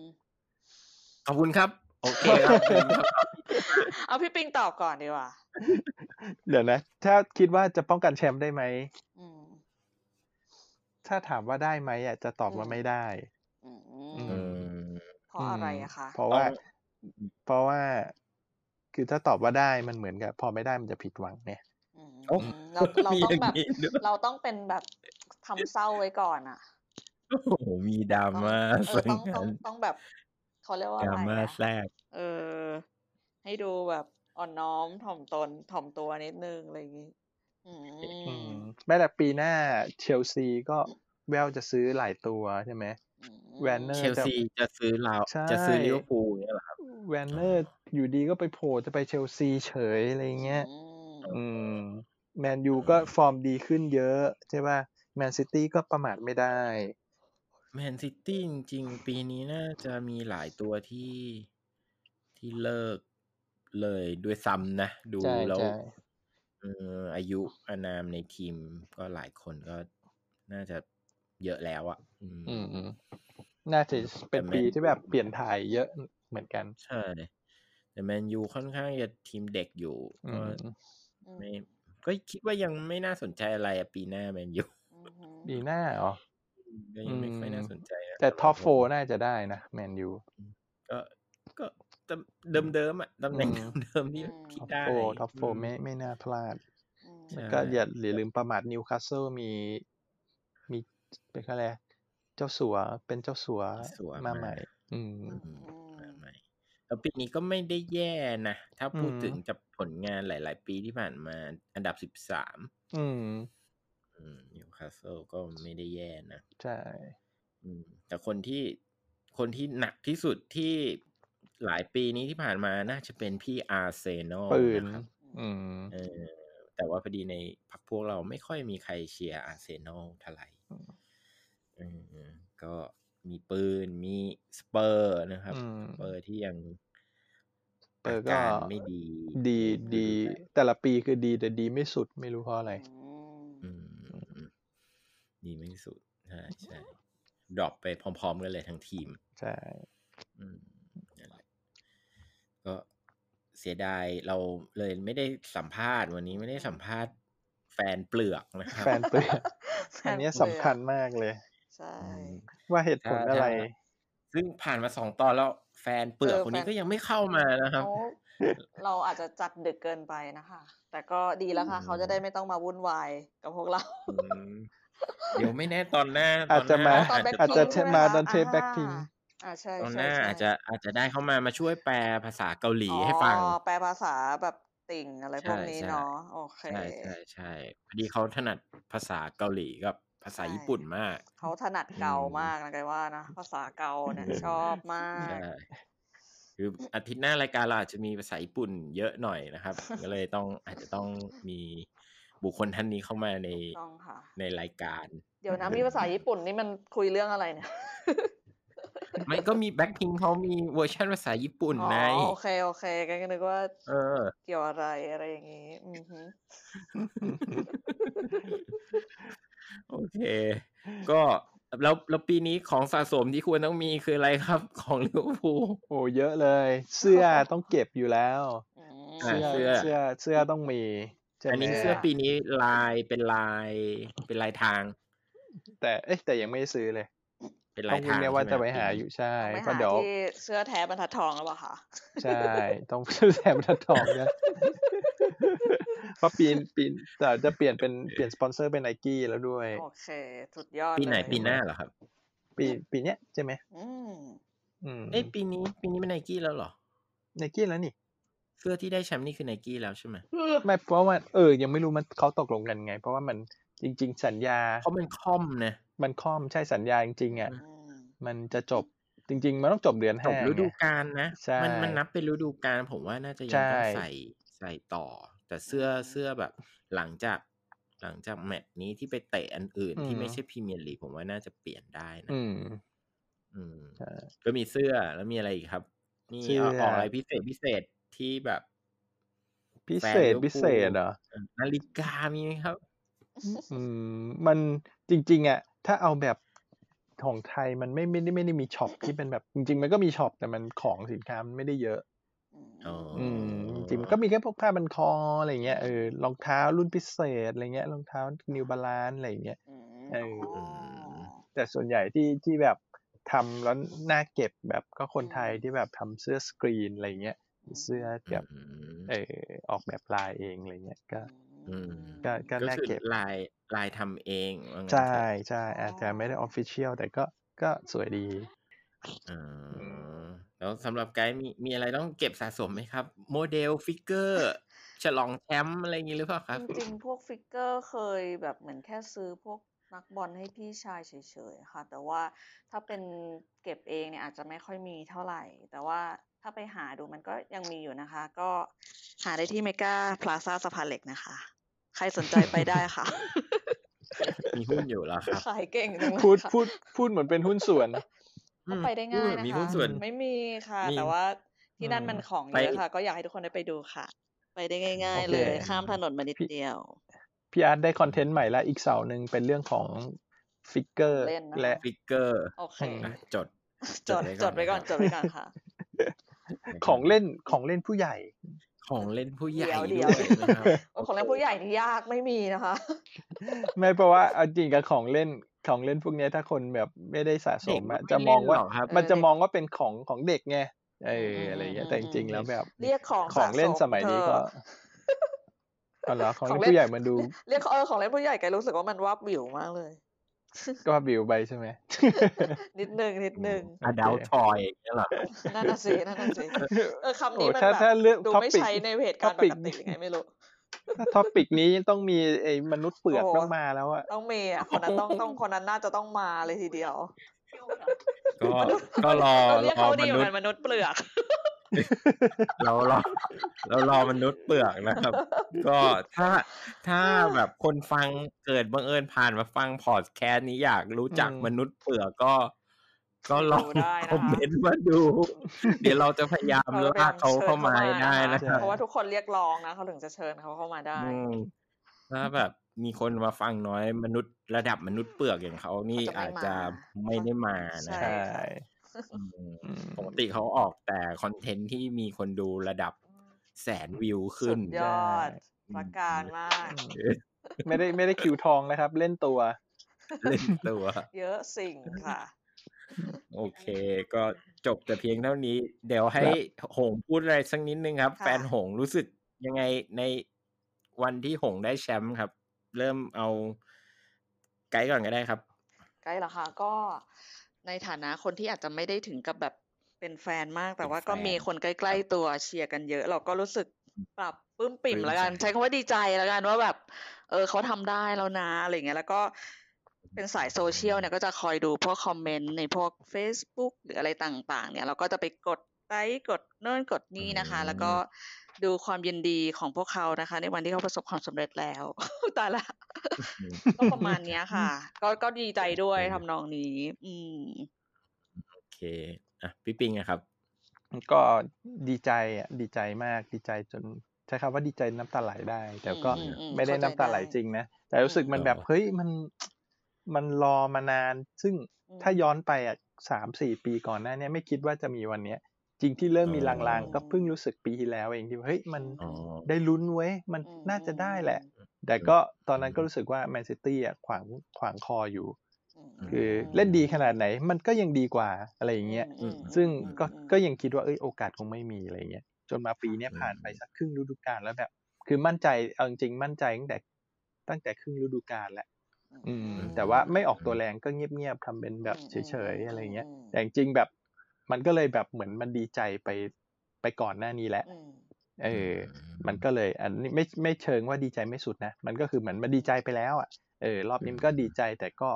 [SPEAKER 3] ม
[SPEAKER 1] ขอบคุณครับ โอเค ครับ
[SPEAKER 3] เอาพี่ปิงตอบก่อนดีกว่า
[SPEAKER 2] เดี๋ยวนะ ถ้าคิดว่าจะป้องกันแชมป์ได้ไหม
[SPEAKER 3] อืม
[SPEAKER 2] ถ้าถามว่าได้ไหมอ่ะจะตอบว่า
[SPEAKER 3] อืม
[SPEAKER 2] ไม่ได้
[SPEAKER 3] อืม
[SPEAKER 2] อื
[SPEAKER 1] อืม
[SPEAKER 3] เพราะอะไรอะคะ
[SPEAKER 2] เพราะว่า
[SPEAKER 1] ต้อง
[SPEAKER 2] เพราะว่า คือถ้าตอบว่าได้มันเหมือนกับ พอไม่ได้มันจะผิดหวังเนี่ย
[SPEAKER 3] อืม
[SPEAKER 1] โอ้
[SPEAKER 3] เราเรา
[SPEAKER 1] มี
[SPEAKER 3] ต้
[SPEAKER 1] ย่
[SPEAKER 3] องแบบ
[SPEAKER 1] นี้ด้วย
[SPEAKER 3] เราต้องเป็นแบบทำเศร้าไว้ก่อนอะ
[SPEAKER 1] โอ้โหมีดราม่า
[SPEAKER 3] เอ
[SPEAKER 1] สั
[SPEAKER 3] อต้อง งต้องต้องแบบเขาเรียกว่า
[SPEAKER 1] ด
[SPEAKER 3] อะ
[SPEAKER 1] รา
[SPEAKER 3] ไร
[SPEAKER 1] ม่า
[SPEAKER 3] อะ
[SPEAKER 1] แทรก
[SPEAKER 3] เออ ให้ดูแบบอ่อนน้อมถ่อมตนถ่อมตัวนิดนึงอะไรอย่างงี้อื
[SPEAKER 2] อื
[SPEAKER 3] ม
[SPEAKER 2] มแม้แต่ปีหน้าเชลซีก็แววจะซื้อหลายตัวใช่ไหม
[SPEAKER 3] อืม
[SPEAKER 2] แวนเนอร์
[SPEAKER 1] เชลซีจะซื้อเรา
[SPEAKER 2] ใช่
[SPEAKER 1] จะซื้อลิเวอร์พูลเนี่ยเหรอครับ
[SPEAKER 2] แวนเนอร์อยู่ดีก็ไปโผล่จะไปเชลซีเฉยอะไรเงี้ย
[SPEAKER 3] อืม
[SPEAKER 2] อืมแมนยูก็ฟอร์มดีขึ้นเยอะ ใช่ป่ะแมนซิตี้ก็ประมาทไม่ได้
[SPEAKER 1] แมนซิตี้จริงๆ ปีนี้น่าจะมีหลายตัวที่ที่เลิกเลยด้วยซ้ำนะ ดู
[SPEAKER 2] ใช่
[SPEAKER 1] แล้ว
[SPEAKER 2] ใช่
[SPEAKER 1] เอออายุอานามในทีมก็หลายคนก็น่าจะเยอะแล้วอะ่ะ อืม
[SPEAKER 2] อืมอืมน่าจะเป็น
[SPEAKER 1] แต่แมน
[SPEAKER 2] ปีที่แบบเปลี่ยนถ่ายเยอะเหมือนกัน
[SPEAKER 1] ใช่ แต่แมนยูค่อนข้างจะทีมเด็กอยู่
[SPEAKER 2] อื
[SPEAKER 1] ก็
[SPEAKER 2] ม
[SPEAKER 1] ไม่ก็คิดว่ายังไม่น่าสนใจอะไรอะปีหน้าแมนยู
[SPEAKER 3] อืมอืม
[SPEAKER 2] ปีหน้าอ๋อ
[SPEAKER 1] ก็ยังไม่ค่อยน่า
[SPEAKER 2] อืม
[SPEAKER 1] สนใจนะ
[SPEAKER 2] แต่
[SPEAKER 1] สำหรับ
[SPEAKER 2] ท็อปโฟ
[SPEAKER 1] ผม
[SPEAKER 2] น่าจะได้นะแมนยู
[SPEAKER 1] ก็ก็ตำเดิมๆอ่ะตำแหน่ง
[SPEAKER 2] อืม
[SPEAKER 1] เดิมๆที่ที่
[SPEAKER 2] ท็อป
[SPEAKER 1] ได้
[SPEAKER 2] โฟท็อปโฟ
[SPEAKER 1] ม
[SPEAKER 2] ไม่ไม่น่าพลาด
[SPEAKER 3] อืม
[SPEAKER 1] ใช่
[SPEAKER 2] ก็อย่าอย่าลืมประมาทนิวคาสเซิลมีมีเป็นอะไร เจ้าสัวเป็นเจ้าสัว
[SPEAKER 1] สัวมา
[SPEAKER 2] มาใหม่ อืม
[SPEAKER 3] อืม
[SPEAKER 1] ใหม่แล้วปีนี้ก็ไม่ได้แย่นะ ถ้าพูด
[SPEAKER 2] อืม
[SPEAKER 1] ถึงจากผลงานหลายๆ ปีที่ผ่านมาอันดับสิบสาม
[SPEAKER 2] อืม
[SPEAKER 1] นิวคาสเซิลก็ไม่ได้แย่นะ
[SPEAKER 2] ใช่
[SPEAKER 1] อืมแต่คนที่คนที่หนักที่สุดที่หลายปีนี้ที่ผ่านมาน่าจะเป็นพี่อาร์เซนอล
[SPEAKER 2] ปืน
[SPEAKER 1] นะครับ
[SPEAKER 2] อืม
[SPEAKER 1] เออแต่ว่าพอดีในพักพวกเราไม่ค่อยมีใครเชียร์อาร์เซนอลเท่าไหร่ อืมอืมก็มีปืนมีสเปอร์นะครับ
[SPEAKER 2] อืม
[SPEAKER 1] สเปอร์ที่ยัง
[SPEAKER 2] เปิด
[SPEAKER 1] อา
[SPEAKER 2] ก็
[SPEAKER 1] การไม่ดี
[SPEAKER 2] ดีดี แต่ละปีคือดีแต่ดีไม่สุดไม่รู้เพราะอะไร
[SPEAKER 3] อืม
[SPEAKER 1] อืมอืมอืมดีไม่สุดใช่ใช่ดรอปไปพร้อมๆกันเลยทั้งทีม
[SPEAKER 2] ใช่
[SPEAKER 1] อืมนั่นแหละก็เสียดายเราเลยไม่ได้สัมภาษณ์วันนี้ไม่ได้สัมภาษณ์แฟนเปลือกนะครับ
[SPEAKER 2] แฟนปืน
[SPEAKER 3] แฟ
[SPEAKER 2] อันเนี้ย
[SPEAKER 3] เปลืก
[SPEAKER 2] สำคัญมากเลย
[SPEAKER 3] ใช่
[SPEAKER 1] อืม
[SPEAKER 2] ว่าเหตุผล
[SPEAKER 1] ถ้า
[SPEAKER 2] อะไร
[SPEAKER 1] ถ้า ซึ่งผ่านมาสองตอนแล้วแฟนเปลือกคนนี้ก็ยังไม่เข้ามานะครับ
[SPEAKER 3] เขาเราอาจจะจัดดึกเกินไปนะคะ แต่ก็ดีแล้วค่ะ
[SPEAKER 1] อืม
[SPEAKER 3] เขาจะได้ไม่ต้องมาวุ่นวายกับพวกเรา
[SPEAKER 1] อืมเดี๋ยวไม่แน่ตอนหน้า
[SPEAKER 2] อาจจะมา
[SPEAKER 1] ตนหน้
[SPEAKER 2] อาจจะ
[SPEAKER 3] ใช่ไหม
[SPEAKER 2] มา
[SPEAKER 3] คะ
[SPEAKER 2] ตอนเทป
[SPEAKER 3] อ่า
[SPEAKER 2] แบ็คพิง
[SPEAKER 3] อ่าใช่
[SPEAKER 1] ตอนห
[SPEAKER 3] ใช่
[SPEAKER 1] น้า
[SPEAKER 3] ใช่
[SPEAKER 1] อาจจะอาจจะได้เข้ามามาช่วยแปลภาษาเกาหลี
[SPEAKER 3] อ๋อ
[SPEAKER 1] ให้ฟัง
[SPEAKER 3] แปลภาษาแบบติ่งอะไรพวก
[SPEAKER 1] ใช่
[SPEAKER 3] นี้
[SPEAKER 1] ใช่
[SPEAKER 3] เนาะโอเค
[SPEAKER 1] ใช่ใช่ใช่พอดีเขาถนัดภาษาเกาหลีกับภาษา
[SPEAKER 3] ใช่
[SPEAKER 1] ญี่ปุ่นมาก
[SPEAKER 3] เขาถนัดเกา
[SPEAKER 1] อืม
[SPEAKER 3] มากนะไกว่านะภาษาเกาเนี่ย
[SPEAKER 1] อืม
[SPEAKER 3] ชอบมาก
[SPEAKER 1] ใช่คืออาทิตย์หน้ารายการเราอาจจะมีภาษาญี่ปุ่นเยอะหน่อยนะครับ ก็เลยต้องอาจจะต้องมีบุคคลท่านนี้เข้ามาใน
[SPEAKER 3] ต้องค่ะ
[SPEAKER 1] ในรายการ
[SPEAKER 3] เดี๋ยวนะมีภาษาญี่ปุ่นนี่มันคุยเรื่องอะไรเนี่ย
[SPEAKER 1] ไม่ก็มีแบ็คพิงเขามีเวอร์ชันภาษาญี่ปุ่นไง
[SPEAKER 3] อ๋อโอเคโอเคกันก็นึกว่า
[SPEAKER 1] เออ
[SPEAKER 3] เกี่ยวอะไรอะไรอย่างงี้ อือหือ
[SPEAKER 1] โอเค ก็แล้วแล้วปีนี้ของสะสมที่ควรต้องมีคืออะไรครับ ของลิเวอร์พูล
[SPEAKER 2] โอ้เยอะเลย เสื้อต้องเก็บอยู่แล้ว
[SPEAKER 3] อืม
[SPEAKER 1] อ่า เสื้
[SPEAKER 2] เสื้อ
[SPEAKER 1] อ
[SPEAKER 2] เสื้อเสื้อต้องมีใช่ไหม
[SPEAKER 1] อันนี้เสื้อปีนี้ลายเป็นลายเป็นลายทาง
[SPEAKER 2] แต่เอ๊ะแต่ยังไม่ได้ซื้อเลย
[SPEAKER 1] เป็น
[SPEAKER 2] ต้
[SPEAKER 1] ลา
[SPEAKER 2] อย ง
[SPEAKER 1] ทาง
[SPEAKER 2] เนี่ยว่า
[SPEAKER 1] ใช่
[SPEAKER 2] จะ
[SPEAKER 1] หม
[SPEAKER 2] ไป
[SPEAKER 1] ปี
[SPEAKER 2] หา
[SPEAKER 1] นี้
[SPEAKER 2] อยู่ใช่
[SPEAKER 3] ไป
[SPEAKER 2] ก็
[SPEAKER 3] หา
[SPEAKER 2] เดี๋ยว
[SPEAKER 3] ที่เสื้อแท้บรรทัดทองหรือเปล่าคะ
[SPEAKER 2] ใช่ต้องซื้อแถมทัดทอง นะเพราะปีนปีนแต่จะเปลี่ยนเป็นเปลี่ยนสปอนเซอร์เป็นไนกี้แล้วด้วย
[SPEAKER 3] โอเค สุดยอด
[SPEAKER 1] ปีไหน
[SPEAKER 3] เลย
[SPEAKER 1] ปีหน้าเหรอครับ
[SPEAKER 2] ปีปีเนี้ยใช่ไหม
[SPEAKER 3] อืม
[SPEAKER 2] อืม
[SPEAKER 1] เอ้ยปีนี้ปีนี้เป็นไนกี้แล้วเหรอ
[SPEAKER 2] ไนกี้แล้วนี่
[SPEAKER 1] เสื้อที่ได้แชมป์นี่คือไนกี้แล้วใช่ไหม
[SPEAKER 2] ไม่เพราะว่าเออ ยังไม่รู้มันเขาตกลงกันไง เพราะว่ามันจริง ๆ สัญญา
[SPEAKER 1] เพราะมันคอมนะ
[SPEAKER 2] มันค่อมใช่สัญญาจริงๆอ่ะ
[SPEAKER 3] อืม
[SPEAKER 2] มันจะจบจริง ๆ มันต้องจบเดือน
[SPEAKER 1] จ
[SPEAKER 2] ห้า
[SPEAKER 1] บฤดู
[SPEAKER 2] ไง
[SPEAKER 1] กาลนะ
[SPEAKER 2] ใช่
[SPEAKER 1] มัมันนับเป็นฤดูกาลผมว่าน่าจะยั
[SPEAKER 2] ใช่
[SPEAKER 1] งต้องใส่ใส่ต่อ แต่เสื้อเสื้อแบบ หลังจากหลังจากแมตช์นี้ที่ไปเตะอันอื่นที่ไม่ใช่พรีเมียร์ลีกผมว่าน่าจะเปลี่ยนได้นะ
[SPEAKER 2] อืม
[SPEAKER 1] อืม
[SPEAKER 2] ใช่
[SPEAKER 1] ก็มีเสื้อแล้วมีอะไรอีกครับ นี่
[SPEAKER 2] เสื้อ
[SPEAKER 1] เอาออกอะไรพิเศษพิเศษที่แบบ
[SPEAKER 2] พิ
[SPEAKER 1] แฟน
[SPEAKER 2] เศษ
[SPEAKER 1] ลิวอร์พูล
[SPEAKER 2] พิเศษเหรอ
[SPEAKER 1] นาฬิกามีไหมครับ
[SPEAKER 2] อืมมันจริงๆอ่ะถ้าเอาแบบของไทยมันไม่ไม่ได้ไม่ได้มีช็อปที่เป็นแบบจริง ๆ มันก็มีช็อปแต่มันของสินค้ามันไม่ได้เยอะ
[SPEAKER 1] อ๋อ
[SPEAKER 2] อืมจริงๆมันก็มีแค่พวกผ้าบันคออะไรเงี้ยเออรองเท้ารุ่นพิเศษอะไรเงี้ยรองเท้า New Balance อะไรเงี้ย
[SPEAKER 3] อืม
[SPEAKER 2] เออ
[SPEAKER 3] อ๋อ
[SPEAKER 2] แต่ส่วนใหญ่ที่ที่แบบทำแล้วน่าเก็บแบบก็คนไทย
[SPEAKER 3] อืม
[SPEAKER 2] ที่แบบทำเสื้อสกรีนอะไรเงี้ยเสื้อแบบ
[SPEAKER 1] อืม
[SPEAKER 2] เออออกแบบลายเองอะไรเงี้ยก็
[SPEAKER 1] อืม
[SPEAKER 2] ก็ก็น่า
[SPEAKER 1] คือ
[SPEAKER 2] เก็บ
[SPEAKER 1] ลายลายทำเองว่างั้น
[SPEAKER 2] ใช่
[SPEAKER 1] เถอะ
[SPEAKER 2] ใช่อาจจะไม่ได้ออฟฟิเชียลแต่ก็ก็สวยดี
[SPEAKER 1] อ่าแล้วสำหรับไกด์มีมีอะไรต้องเก็บสะสมไหมครับ โมเดลฟิกเกอร์ ฉลองแชมป์อะไรอย่างนี้หรือเปล่า ครับ
[SPEAKER 3] จริงๆ พวกฟิกเกอร์เคยแบบเหมือนแค่ซื้อพวกนักบอลให้พี่ชายเฉยๆค่ะ แต่ว่าถ้าเป็นเก็บเองเนี่ยอาจจะไม่ค่อยมีเท่าไหร่ แต่ว่าถ้าไปหาดูมันก็ยังมีอยู่นะคะ ก็หาได้ที่เมกาพลาซ่าสะพานเหล็กนะคะ ใครสนใจไปได้ค่ะ
[SPEAKER 1] มีหุ้นอยู่แล้วครับ
[SPEAKER 3] ขายเก่งจังเลย
[SPEAKER 2] พูด
[SPEAKER 3] ค่ะ
[SPEAKER 2] พูดพูดเหมือนเป็นหุ้นส่วน
[SPEAKER 3] ก็ไปได้ง่ายนะคะ
[SPEAKER 1] มีหุ้นส่วน
[SPEAKER 3] ไม่มีค่ะ
[SPEAKER 1] มี
[SPEAKER 3] แต่ว่าที่นั่น
[SPEAKER 2] อืม
[SPEAKER 3] มันของเย
[SPEAKER 1] ไป
[SPEAKER 3] อะค่ะ ก็อยากให้ทุกคนได้ไปดูค่ะ ไปได้ง่าย
[SPEAKER 2] โอเค
[SPEAKER 3] ๆเลย ข้ามถนนมานิดเดียว
[SPEAKER 2] พี่อาร์ตได้คอนเทนต์ใหม่ละอีกเสาหนึ่งเป็นเรื่องของฟิกเกอร์
[SPEAKER 3] เล่นนะคะ
[SPEAKER 2] และ
[SPEAKER 1] ฟิกเกอร์
[SPEAKER 3] โอเค
[SPEAKER 2] อื
[SPEAKER 1] อ่ะ
[SPEAKER 2] ม
[SPEAKER 1] จด
[SPEAKER 3] จดจดไว้ก่อนจดไว้ก่อนค่ะ
[SPEAKER 2] ของเล่นของเล่นผู้ใหญ่
[SPEAKER 1] ของเล่นผู้ใหญ่
[SPEAKER 3] เดี๋ยวเดี๋
[SPEAKER 1] ด้
[SPEAKER 3] ยว
[SPEAKER 1] วยนะครับ
[SPEAKER 3] โอ้ของเล่นผู้ใหญ่นี่ยากไม่มีนะคะ
[SPEAKER 2] ไม่เพราะว่าเอาจริงกับของเล่นของเล่นพวกเนี้ยถ้าคนแบบไม่ได้สะสมอะจะมองว่า
[SPEAKER 1] เด็กไเล่นหรกครับ
[SPEAKER 3] ออ
[SPEAKER 2] มันจะมองว่าเป็นของของเด็กไงเออ
[SPEAKER 3] ม
[SPEAKER 2] อะไรเงี้ย
[SPEAKER 3] อืม
[SPEAKER 2] แต่จริง
[SPEAKER 3] อื
[SPEAKER 2] ๆ
[SPEAKER 3] ม
[SPEAKER 2] แล้วแบบ
[SPEAKER 3] เรียกของ
[SPEAKER 2] ของเล่นส
[SPEAKER 3] ะ
[SPEAKER 2] มัยนี้
[SPEAKER 3] เถ
[SPEAKER 2] ก็
[SPEAKER 3] อะ
[SPEAKER 2] เอาเหรอของ
[SPEAKER 3] ขอ
[SPEAKER 2] เล่น
[SPEAKER 3] งเล่น
[SPEAKER 2] ผู้ใหญ่มันดู
[SPEAKER 3] เรียกเออของเล่นผู้ใหญ่แกรู้สึกว่ามันวับวิวมากเลย
[SPEAKER 2] ก็บิวไปใช่ไหม
[SPEAKER 3] นิดนึงนิดนึง
[SPEAKER 1] อดัลทอยางเนี่ยหรอ
[SPEAKER 3] นั่นน่ะสินั่นน่ะสิเออคำนี้
[SPEAKER 2] โอ้
[SPEAKER 3] มัน
[SPEAKER 2] ถ้า
[SPEAKER 3] แบบ
[SPEAKER 2] ถ้าเลือก
[SPEAKER 3] ดูไม่
[SPEAKER 2] topic
[SPEAKER 3] ใช้ในเหตุการณ์ป
[SPEAKER 2] topic
[SPEAKER 3] กติยังไงไม่รู้
[SPEAKER 2] ถ้าท็อปิกนี้ต้องมีไอ้มนุษย์เปลือก
[SPEAKER 3] โอ้
[SPEAKER 2] ต้องมาแล้วอะ
[SPEAKER 3] ต้องเมย์อ่ะคนนั้นต้องต้องคนนั้นน่าจะต้องมาเลยทีเดียว
[SPEAKER 1] ก็ก็รอ
[SPEAKER 3] เราเรียก
[SPEAKER 1] รอม
[SPEAKER 3] เขาดีเหมื
[SPEAKER 1] นุษ
[SPEAKER 3] อนกั
[SPEAKER 1] ย์
[SPEAKER 3] นมนุษย์เปลือก
[SPEAKER 1] เรารอเรารอมนุษย์เปลือกนะครับ ก็ถ้าถ้าแบบคนฟังเกิดบังเอิญผ่านมาฟังพอดแคสต์นี้อยากรู้จักมนุษย์เปลือกก็ ก็ลอง
[SPEAKER 3] ดูได้นะคะ
[SPEAKER 1] คอมเมนต์มาดู เดี๋ยวเราจะพยายาม
[SPEAKER 3] จะพย
[SPEAKER 1] ลาย กเขาเข้ามาให้ได้นะ
[SPEAKER 3] เชิ
[SPEAKER 1] ค
[SPEAKER 3] ญ
[SPEAKER 1] รับ
[SPEAKER 3] เข้ามานะคะเพราะว่าทุกคนเรียกร้องนะเขาถึงจะเชิญเขาเข้ามาได้
[SPEAKER 1] อืมถ้าแบบมีคนมาฟังน้อยมนุษย์ระดับมนุษย์เปลือกอย่างเขานี่
[SPEAKER 3] เขา
[SPEAKER 1] อาจ
[SPEAKER 3] จะ
[SPEAKER 1] จะ
[SPEAKER 3] ไม่
[SPEAKER 1] ไม่
[SPEAKER 3] มา
[SPEAKER 1] ได้มา
[SPEAKER 3] ใช่
[SPEAKER 1] นะ
[SPEAKER 2] ใช่
[SPEAKER 1] อืม
[SPEAKER 2] อืม
[SPEAKER 1] ปกติเขาออกแต่คอนเทนต์ที่มีคนดูระดับแสนวิว
[SPEAKER 3] สุ
[SPEAKER 1] ขึ้น
[SPEAKER 3] ดยอดประการมาก
[SPEAKER 2] ไม่ได้ไม่ได้คิวทองนะครับ เล่นตัว
[SPEAKER 1] เล่นตัว
[SPEAKER 3] เยอะสิ่งค่ะ
[SPEAKER 1] โอเค ก็จบแต่เพียงเท่านี้ เดี๋ยวให้หงพูดอะไรสักนิดนึงครับ
[SPEAKER 3] ค่ะ
[SPEAKER 1] แฟนหงรู้สึกยังไงในวันที่หงได้แชมป์ครับ เริ่มเอาไกด์ก่อนก็ได้ครับ
[SPEAKER 3] ใกล้ละค่ะก็ในฐานะคนที่อาจจะไม่ได้ถึงกับแบบเป็นแฟนมาก แต่
[SPEAKER 1] เป็น
[SPEAKER 3] ว่าก็
[SPEAKER 1] แฟน
[SPEAKER 3] มีคนใกล้ๆตัวเชียร์กันเยอะ เราก็รู้สึกปรับปลื้มปิ่
[SPEAKER 1] ป
[SPEAKER 3] ม
[SPEAKER 1] ลื้ม
[SPEAKER 3] แล้วกัน
[SPEAKER 1] ใจ
[SPEAKER 3] ใช้คำว่าดีใจแล้วกันว่าแบบ เออเขาทำได้แล้วนะอะไรอย่างเงี้ยแล้วก็เป็นสายโซเชียลเนี่ยก็จะคอยดูพวกคอมเมนต์ในพวก Facebook หรืออะไรต่างๆ เนี่ยเราก็จะไปกดไลค์กดโน่นกดนี่นะคะ แล้วก็ดูความยินดีของพวกเขานะคะ ในวันที่เขาประสบความสำเร็จแล้ว ตายละ ก็ประมาณเนี้ยค่ะ ก็ก็ดีใจด้วย
[SPEAKER 1] เออ
[SPEAKER 3] ทำนองนี้ อืม
[SPEAKER 1] โอ เคอ่ะพี่ปิงอะครับ
[SPEAKER 2] ก็ดีใจอ่ะดีใจมากดีใจจนใช้คำว่าดีใจน้ำตาไหลได้ แต่ก็
[SPEAKER 3] อืมอืม
[SPEAKER 2] ไม่ได้
[SPEAKER 3] เข้าใจ
[SPEAKER 2] น้ำตาไหล
[SPEAKER 3] ได้
[SPEAKER 2] จริงนะแต่รู้สึกมัน
[SPEAKER 1] เออ
[SPEAKER 2] แบบเฮ้ยมันมันรอมานาน ซึ่ง
[SPEAKER 3] อืม
[SPEAKER 2] ถ้าย้อนไปอ่ะสามสี่ปีก่อนหน้าเนี้ยไม่คิดว่าจะมีวันเนี้ย จริงที่เริ่มมีลางๆ ก็เพิ่งรู้สึกปีที่แล้วเองที่เฮ้ยมัน
[SPEAKER 1] อ๋อ
[SPEAKER 2] ได้ลุ้นเว้ยมัน
[SPEAKER 3] อืม
[SPEAKER 2] น่าจะได้แหละ
[SPEAKER 3] อืม
[SPEAKER 2] แต่ก็ตอนนั้นก็รู้สึกว่าแมนซิตี้อ่ะขวางขวางคออยู่
[SPEAKER 3] ม
[SPEAKER 2] คือเล่นดีขนาดไหนมันก็ยังดีกว่าอะไรอย่างเงี้ย
[SPEAKER 3] อืม
[SPEAKER 2] ซึ่งก็
[SPEAKER 3] อืม
[SPEAKER 2] ก็ยังคิดว่าเอ้ยโอกาสคงไม่มีอะไรเงี้ยจนมาปีเนี้ย
[SPEAKER 1] อืม
[SPEAKER 2] ผ่านไปสักครึ่งฤดูกาลแล้วแบบ คือมั่นใจเอาจริงๆมั่นใจตั้งแต่ตั้งแต่ครึ่งฤดูกาลแหละอืม แต่ว่าไม่ออกตัวแรงก็เงียบๆทำเป็นแบบเฉยๆอะไรเงี้ย
[SPEAKER 3] ม
[SPEAKER 2] แต่จริงๆแบบ มันก็เลยแบบเหมือนมันดีใจไปไปก่อนหน้านี้แหละ
[SPEAKER 3] อืม
[SPEAKER 2] เอออ มันก็เลยอันนี้ไม่ไม่เชิงว่าดีใจไม่สุดนะ มันก็คือเหมือนมันดีใจไปแล้วอ่ะเออรอบนี้มันก็ดีใจแต่ก็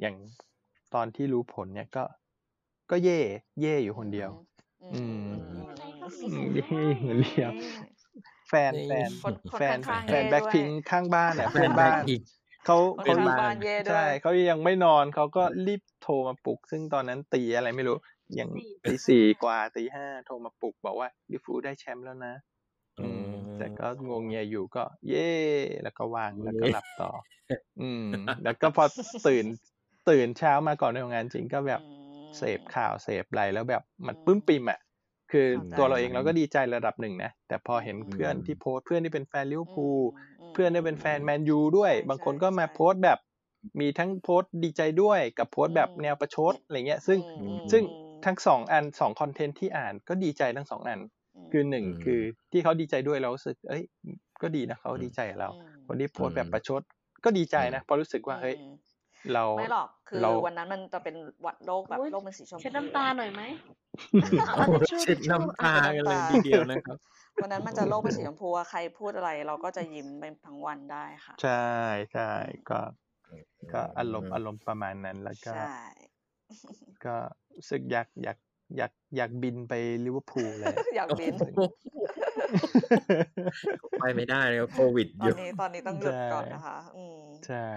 [SPEAKER 2] อย่างตอนที่รู้ผลเนี่ยก็ ก็เย่เย่อยู่คนเดียว อืม
[SPEAKER 4] อะไรก็
[SPEAKER 2] อืม
[SPEAKER 4] มี
[SPEAKER 2] เย่อยู่คนเดียว แฟนแฟน
[SPEAKER 3] คนคน
[SPEAKER 2] แฟน
[SPEAKER 3] ข้างๆ
[SPEAKER 2] แฟน
[SPEAKER 3] เย่
[SPEAKER 2] แบ็ค
[SPEAKER 3] ด้วย
[SPEAKER 2] พิงข้างบ้านอ่ะเพื่อนบ้าน
[SPEAKER 1] อีก
[SPEAKER 2] เขา
[SPEAKER 3] คน
[SPEAKER 2] เขา
[SPEAKER 3] ข้างบ้านเย่ด้ว
[SPEAKER 2] ใช่
[SPEAKER 3] ย
[SPEAKER 2] เขายังไม่นอนเขาก็รีบโทรมาปลุก ซึ่งตอนนั้นตีอะไรไม่รู้ยัง
[SPEAKER 4] สี่
[SPEAKER 2] ตีสี่กว่าตีห้าโทรมาปลุกบอกว่าลิฟูลได้แชมป์แล้วนะ อืม
[SPEAKER 1] อืม
[SPEAKER 2] แต่ก็งวงเงียอยู่ก็ เย่แล้วก็วางแล้วก็
[SPEAKER 1] เย้
[SPEAKER 2] หลับ ต่อ อืม แล้วก็พอตื่นตื่นเช้ามาก่อนไปทำงานจริงก็แบบเสพข่าวเสพอะไรแล้วแบบมัน
[SPEAKER 3] อืม
[SPEAKER 2] ปลื้มปิ่มอ่ะคือ
[SPEAKER 3] เข้าใจ
[SPEAKER 2] ตัวเราเองเราก็ดีใจระดับหนึ่งนะ แต่พอเห็นเพื่อนที่โพสต์เพื่อนที่เป็นแฟนลิเวอร์พูล
[SPEAKER 3] มม
[SPEAKER 2] เพื่อนที่เป็นแฟนแมนยูด้วย
[SPEAKER 3] ใช่
[SPEAKER 2] บางคนก็มา
[SPEAKER 3] ใช่
[SPEAKER 2] โพสต์แบบ มีทั้งโพสต์ดีใจด้วยกับโพสต์แบบ
[SPEAKER 3] อืม
[SPEAKER 2] แนวประชดอะไรเงี้ย ซึ่ง
[SPEAKER 3] อืม
[SPEAKER 2] ซึ่ง ทั้งสองอันสองคอนเทนต์ที่อ่านก็ดีใจทั้งสองอัน
[SPEAKER 3] ม
[SPEAKER 2] คือหนึ่ง
[SPEAKER 1] อืม
[SPEAKER 2] คือที่เขาดีใจด้วยเรารู้สึก เอ้ย ก็ดีนะเขา
[SPEAKER 1] อืม
[SPEAKER 2] ดีใจกับเรา
[SPEAKER 3] อืม
[SPEAKER 2] คนที่โพสต์แบบ
[SPEAKER 1] อืม
[SPEAKER 2] ประชด ก็ดีใจนะ
[SPEAKER 1] อืม
[SPEAKER 2] เพราะรู้สึกว่าเฮ้ย
[SPEAKER 3] อืม
[SPEAKER 2] เรา
[SPEAKER 3] ไม่หร อกคือ
[SPEAKER 2] เรา
[SPEAKER 3] วันนั้นมันจะเป็นวันโลกแบบ
[SPEAKER 4] อุ๊ย
[SPEAKER 3] โลกมันสีชมพู
[SPEAKER 4] เช็ดน้ำตาหน่อยไหม
[SPEAKER 1] โอ้เช็ดน้ำตากันเลยทีเดียวนะครับ
[SPEAKER 3] วันนั้นมันจะโลกเป็นสีชมพูอะใครพูดอะไรเราก็จะยิ้มไปทั้งวันได้ค่ะ
[SPEAKER 2] ใช่ใช่ก็ก็อารมณ์อารมณ์ประมาณนั้นแล้วก็
[SPEAKER 3] ใช่
[SPEAKER 2] ก็รู้สึกอยากอยากอยากอยากบินไปลิเวอร์พูลเลย
[SPEAKER 3] อยากบิน
[SPEAKER 1] โอ้โหไปไม่ได้เลยโควิดอ
[SPEAKER 3] ตอน
[SPEAKER 1] ยู่
[SPEAKER 3] นี้ตอนนี้ต้องหยุด
[SPEAKER 2] ใช่
[SPEAKER 3] ก่อนนะคะ อืม
[SPEAKER 2] ใช่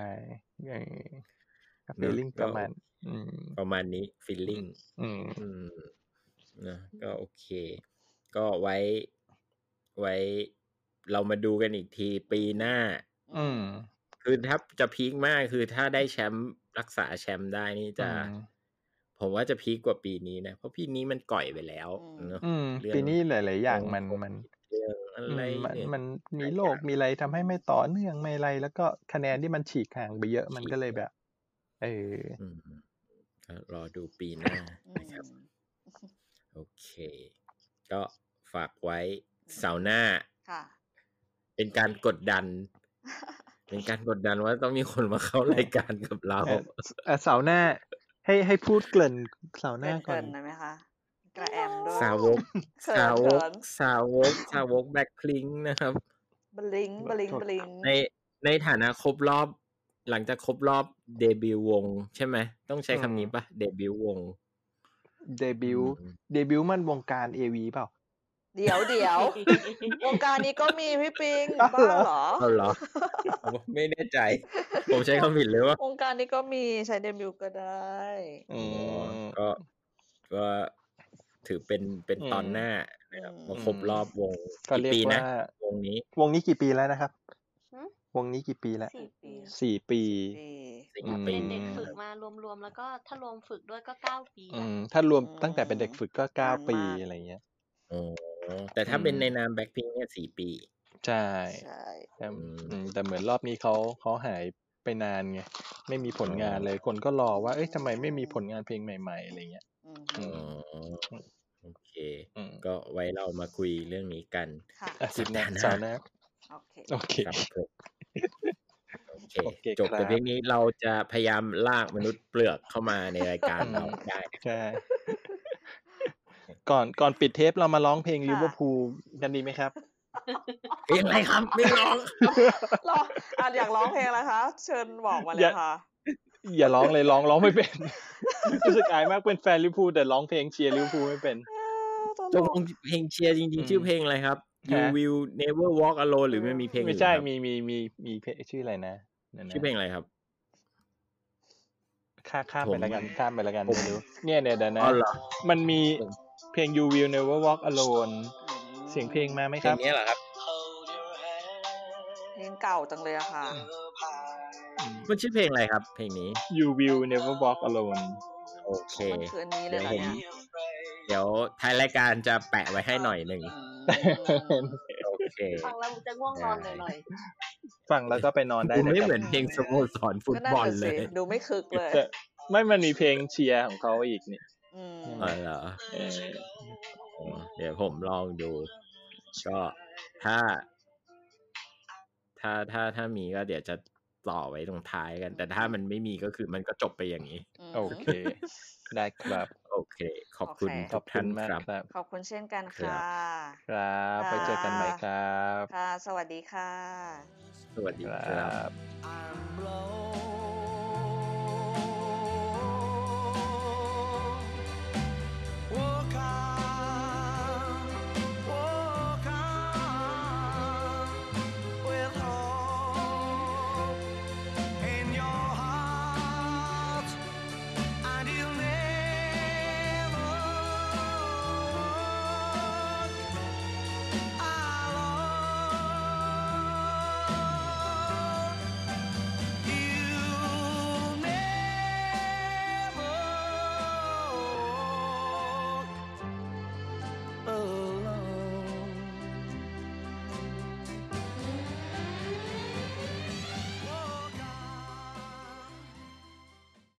[SPEAKER 2] เออ
[SPEAKER 1] เน
[SPEAKER 2] ฟี
[SPEAKER 1] อะ
[SPEAKER 2] ลิ่ง
[SPEAKER 1] ก็
[SPEAKER 2] ประมาณ อืม
[SPEAKER 1] ประมาณนี้ฟีลลิ่ง
[SPEAKER 2] อืม
[SPEAKER 1] อืมนะก็โอเค ก็ไว้ไว้เรามาดูกันอีกทีปีหน้า
[SPEAKER 2] อืม
[SPEAKER 1] คือถ้าจะพีคมากคือถ้าได้แชมป์รักษาแชมป์ได้นี่จะ
[SPEAKER 2] อืม
[SPEAKER 1] ผมว่าจะพีคกว่าปีนี้นะ เพราะปีนี้มันก่อยไปแล้ว
[SPEAKER 3] อืม
[SPEAKER 1] เนอะ
[SPEAKER 2] อืม
[SPEAKER 1] เรื่อง
[SPEAKER 2] ปีนี้หลาย ๆ อย่างมัน
[SPEAKER 1] เรื่
[SPEAKER 2] มัน
[SPEAKER 1] เรื่องอะ
[SPEAKER 2] อืม
[SPEAKER 1] ไร
[SPEAKER 2] มัน
[SPEAKER 1] เนี่ย
[SPEAKER 2] มันมี
[SPEAKER 1] หลาย
[SPEAKER 2] โรค
[SPEAKER 1] อย่าง
[SPEAKER 2] มีอะไรทำให้ไม่ต่อเนื่องไม่อะไร แล้วก็คะแนนที่มันฉีกห่างไปเยอะมัน
[SPEAKER 1] ฉีก
[SPEAKER 2] ก็เลยแบบ เออ
[SPEAKER 1] อืมก็รอดูปีหน้านะครับ
[SPEAKER 3] อืม
[SPEAKER 1] โอเค ก็ฝากไว้เสาร์หน้า
[SPEAKER 3] ค่ะ
[SPEAKER 1] เป็นการกดดัน เป็นการกดดันว่าต้องมีคนมาเข้ารายการกับเรา
[SPEAKER 2] เออ เอ่อเสาร์หน้า ให้ให้พูดเกริ่นเสาร์หน้าก่
[SPEAKER 3] เกิ
[SPEAKER 2] อน
[SPEAKER 3] นๆหน่อยไหมคะกระแอมด้วย
[SPEAKER 1] สาวก
[SPEAKER 3] เขิน
[SPEAKER 1] สาวก
[SPEAKER 3] เขิน
[SPEAKER 1] สาวก สาวกแบ็คพลิงก์นะครับ
[SPEAKER 3] บลิงบลิงบลิง
[SPEAKER 1] ในในฐานะครบรอบ หลังจากครบรอบเดบิวต์วง ใช่ไหม ต้องใช้
[SPEAKER 2] อืม
[SPEAKER 1] คำนี้ปะเดบิวต์วง
[SPEAKER 2] เดบิวต์
[SPEAKER 1] อืม
[SPEAKER 2] เดบิวต์มันวงการเอวีเปล่า
[SPEAKER 3] เดี๋ยวเดี๋ยววงการนี้ก็มีพี่ปิง
[SPEAKER 2] อ้าว
[SPEAKER 3] บ้า
[SPEAKER 2] เหรอ
[SPEAKER 3] เหรอ
[SPEAKER 1] เอาเหรอ ผมไม่แน่ใจ ผมใช้คำผิดเลยว่า
[SPEAKER 3] วงการนี้ก็มีใช้เดบิวต์ก็ได้
[SPEAKER 2] อืม
[SPEAKER 1] ก็ก็ถือเป็นเป็นตอน
[SPEAKER 2] อืม
[SPEAKER 1] หน้านะครับ
[SPEAKER 3] อืม
[SPEAKER 1] มาครบรอบวง
[SPEAKER 2] ก็เรียก
[SPEAKER 1] ปีนะ
[SPEAKER 2] ว่า
[SPEAKER 1] วงนี้
[SPEAKER 2] วงนี้กี่ปีแล้วนะครับ
[SPEAKER 4] หึ
[SPEAKER 2] วงนี้กี่ปีแล้ว
[SPEAKER 4] สี่ปี
[SPEAKER 2] สี่ปี
[SPEAKER 3] ดี
[SPEAKER 1] สี่
[SPEAKER 2] อืม
[SPEAKER 1] ปี
[SPEAKER 4] เป็นเด็กฝึกมารวมๆ แล้วก็ถ้ารวมฝึกด้วยก็เก้าปี
[SPEAKER 2] อื
[SPEAKER 4] ละ
[SPEAKER 2] ม ถ้ารวมตั้งแต่เป็นเด็กฝึกก็เก้าปีอะไรเงี้ย
[SPEAKER 1] โอ้แต่ถ้า
[SPEAKER 2] อืม
[SPEAKER 1] เป็นในนามแบ็คพิงเนี่ยสี่ปี
[SPEAKER 2] ใช่
[SPEAKER 3] ใช่
[SPEAKER 2] แต่
[SPEAKER 1] อืม
[SPEAKER 2] อืมแต่เหมือนรอบนี้เขาเขาหายไปนานไงไม่มีผลงาน
[SPEAKER 1] อ๋อ
[SPEAKER 2] เลยคนก็รอว่าเอ้ยทำไมไม่มีผลงานเพลงใหม่ๆอะไรเงี้ย
[SPEAKER 3] อืม
[SPEAKER 2] อื
[SPEAKER 1] อ๋อ
[SPEAKER 2] ม
[SPEAKER 1] โอเค
[SPEAKER 2] อืม
[SPEAKER 1] ก็ไว้เรามาคุยเรื่องนี้กัน
[SPEAKER 3] ค่ะ
[SPEAKER 2] อาทิตย์หน้า
[SPEAKER 1] สัปดาห์หน้า
[SPEAKER 2] เสาร์หน้า
[SPEAKER 3] โอเค
[SPEAKER 2] โอเค
[SPEAKER 1] ครับผมโอเค
[SPEAKER 2] โอเค
[SPEAKER 1] จบ
[SPEAKER 2] ครั
[SPEAKER 1] แต่
[SPEAKER 2] บ
[SPEAKER 1] เพียงนี้เราจะพยายามลากมนุษย์เปลือกเข้ามาในรายการ
[SPEAKER 2] อืม
[SPEAKER 1] เราได้นะ
[SPEAKER 2] ใช่ ก่อนก่อนปิดเทปเรามาร้องเพลง
[SPEAKER 3] ค่ะ
[SPEAKER 2] ลิเวอร์พูลกันดีไหมครับ
[SPEAKER 1] เฮ้ยอะไรครับ ไม่ร้อง
[SPEAKER 3] รออ่ะอยากร้องเพลงอะไรคะ เชิญบอกมาเล
[SPEAKER 2] อย ย่า
[SPEAKER 3] ค่ะ
[SPEAKER 2] อย่าร้องเลยร้องร้องไม่เป็น รู้สึกอายมากเป็นแฟนลิเวอร์พูลแต่ร้องเพลงเชียร์ลิเวอร์พูลไม่เป็น
[SPEAKER 3] เอ้อต
[SPEAKER 1] ต
[SPEAKER 3] ล
[SPEAKER 1] ก
[SPEAKER 3] ก
[SPEAKER 1] ลงเพลงเชียร์จริง
[SPEAKER 2] อืม
[SPEAKER 1] ๆ ชื่อเพลงอะไรครับ You
[SPEAKER 2] ฮะ
[SPEAKER 1] Will Never Walk Alone หรือไม่มีเพลงอื่น
[SPEAKER 2] ไม่ใช่
[SPEAKER 1] ครับ
[SPEAKER 2] มีมีมีมีเพลงชื่ออะไรนะดี๋ยวนะ
[SPEAKER 1] ชื่อเพลงอะไรครับ
[SPEAKER 2] ข้าข้ามไป
[SPEAKER 1] ผม
[SPEAKER 2] ละกันข้ามไปละกันไม่รู้เนี่ยเนี่ยเดี๋ยวนะ
[SPEAKER 1] อ๋อเหรอ
[SPEAKER 2] มันมีเพลง You Will Never Walk Alone เสียงเพลงมาไหม
[SPEAKER 1] เพล
[SPEAKER 2] ครั
[SPEAKER 1] ง
[SPEAKER 2] บ
[SPEAKER 1] นี้เหรอครับ
[SPEAKER 3] เพลงเก่าจังเลยอะค่ะ
[SPEAKER 2] อืม
[SPEAKER 1] มันชื่อเพลงอะไรครับ เพลงนี้
[SPEAKER 2] You Will Never Walk Alone
[SPEAKER 1] โอเค
[SPEAKER 3] มันคืออันนี้เลยเหรอเนี่ย
[SPEAKER 1] เดี๋ยวท้ายรายการจะแปะไว้ให้หน่อยหนึ่งโอเค
[SPEAKER 4] ฟังแล้วจะง่วงนอนหน่อย
[SPEAKER 2] ฟังแล้วก็ไปนอนได้
[SPEAKER 1] ดู
[SPEAKER 2] นะ
[SPEAKER 1] ไม่
[SPEAKER 2] ครับ
[SPEAKER 1] เหมือนเพลงสโมสรฟุต
[SPEAKER 3] ก็นั่น
[SPEAKER 1] บอล
[SPEAKER 3] น่ะ
[SPEAKER 1] เล
[SPEAKER 3] สิ
[SPEAKER 1] ย
[SPEAKER 3] ดูไม่คึกเลย
[SPEAKER 2] แต่ไม่มันมีเพลงเชียร์ของเขาอีกนี่
[SPEAKER 3] อืม
[SPEAKER 2] เ
[SPEAKER 1] เออเหรอ
[SPEAKER 2] เออ
[SPEAKER 1] อ๋อเดี๋ยวผมลองดู ก็ถ้า ถ้าถ้าถ้ามีก็เดี๋ยวจะต่อไว้ตรงท้ายกัน แต่ถ้ามันไม่มีก็คือมันก็จบไปอย่างนี้
[SPEAKER 3] ม
[SPEAKER 2] โอเค ได้ครับ
[SPEAKER 1] โอเค ขอบคุณ
[SPEAKER 3] โอเค
[SPEAKER 2] ข
[SPEAKER 1] ทุ
[SPEAKER 2] อบ
[SPEAKER 1] ก
[SPEAKER 2] คุ
[SPEAKER 1] ท่า
[SPEAKER 2] ณ
[SPEAKER 1] น
[SPEAKER 2] มาก
[SPEAKER 1] ครับ
[SPEAKER 2] ครับ
[SPEAKER 3] ขอบคุณเช่นกันค่ะ
[SPEAKER 2] ครับไปเจอกันใหม่ครับ
[SPEAKER 3] ค่ะ สวัสดีค่ะ
[SPEAKER 1] สวัสดี
[SPEAKER 2] ค
[SPEAKER 1] ค
[SPEAKER 2] รั
[SPEAKER 1] รับ
[SPEAKER 2] บ
[SPEAKER 4] ๆ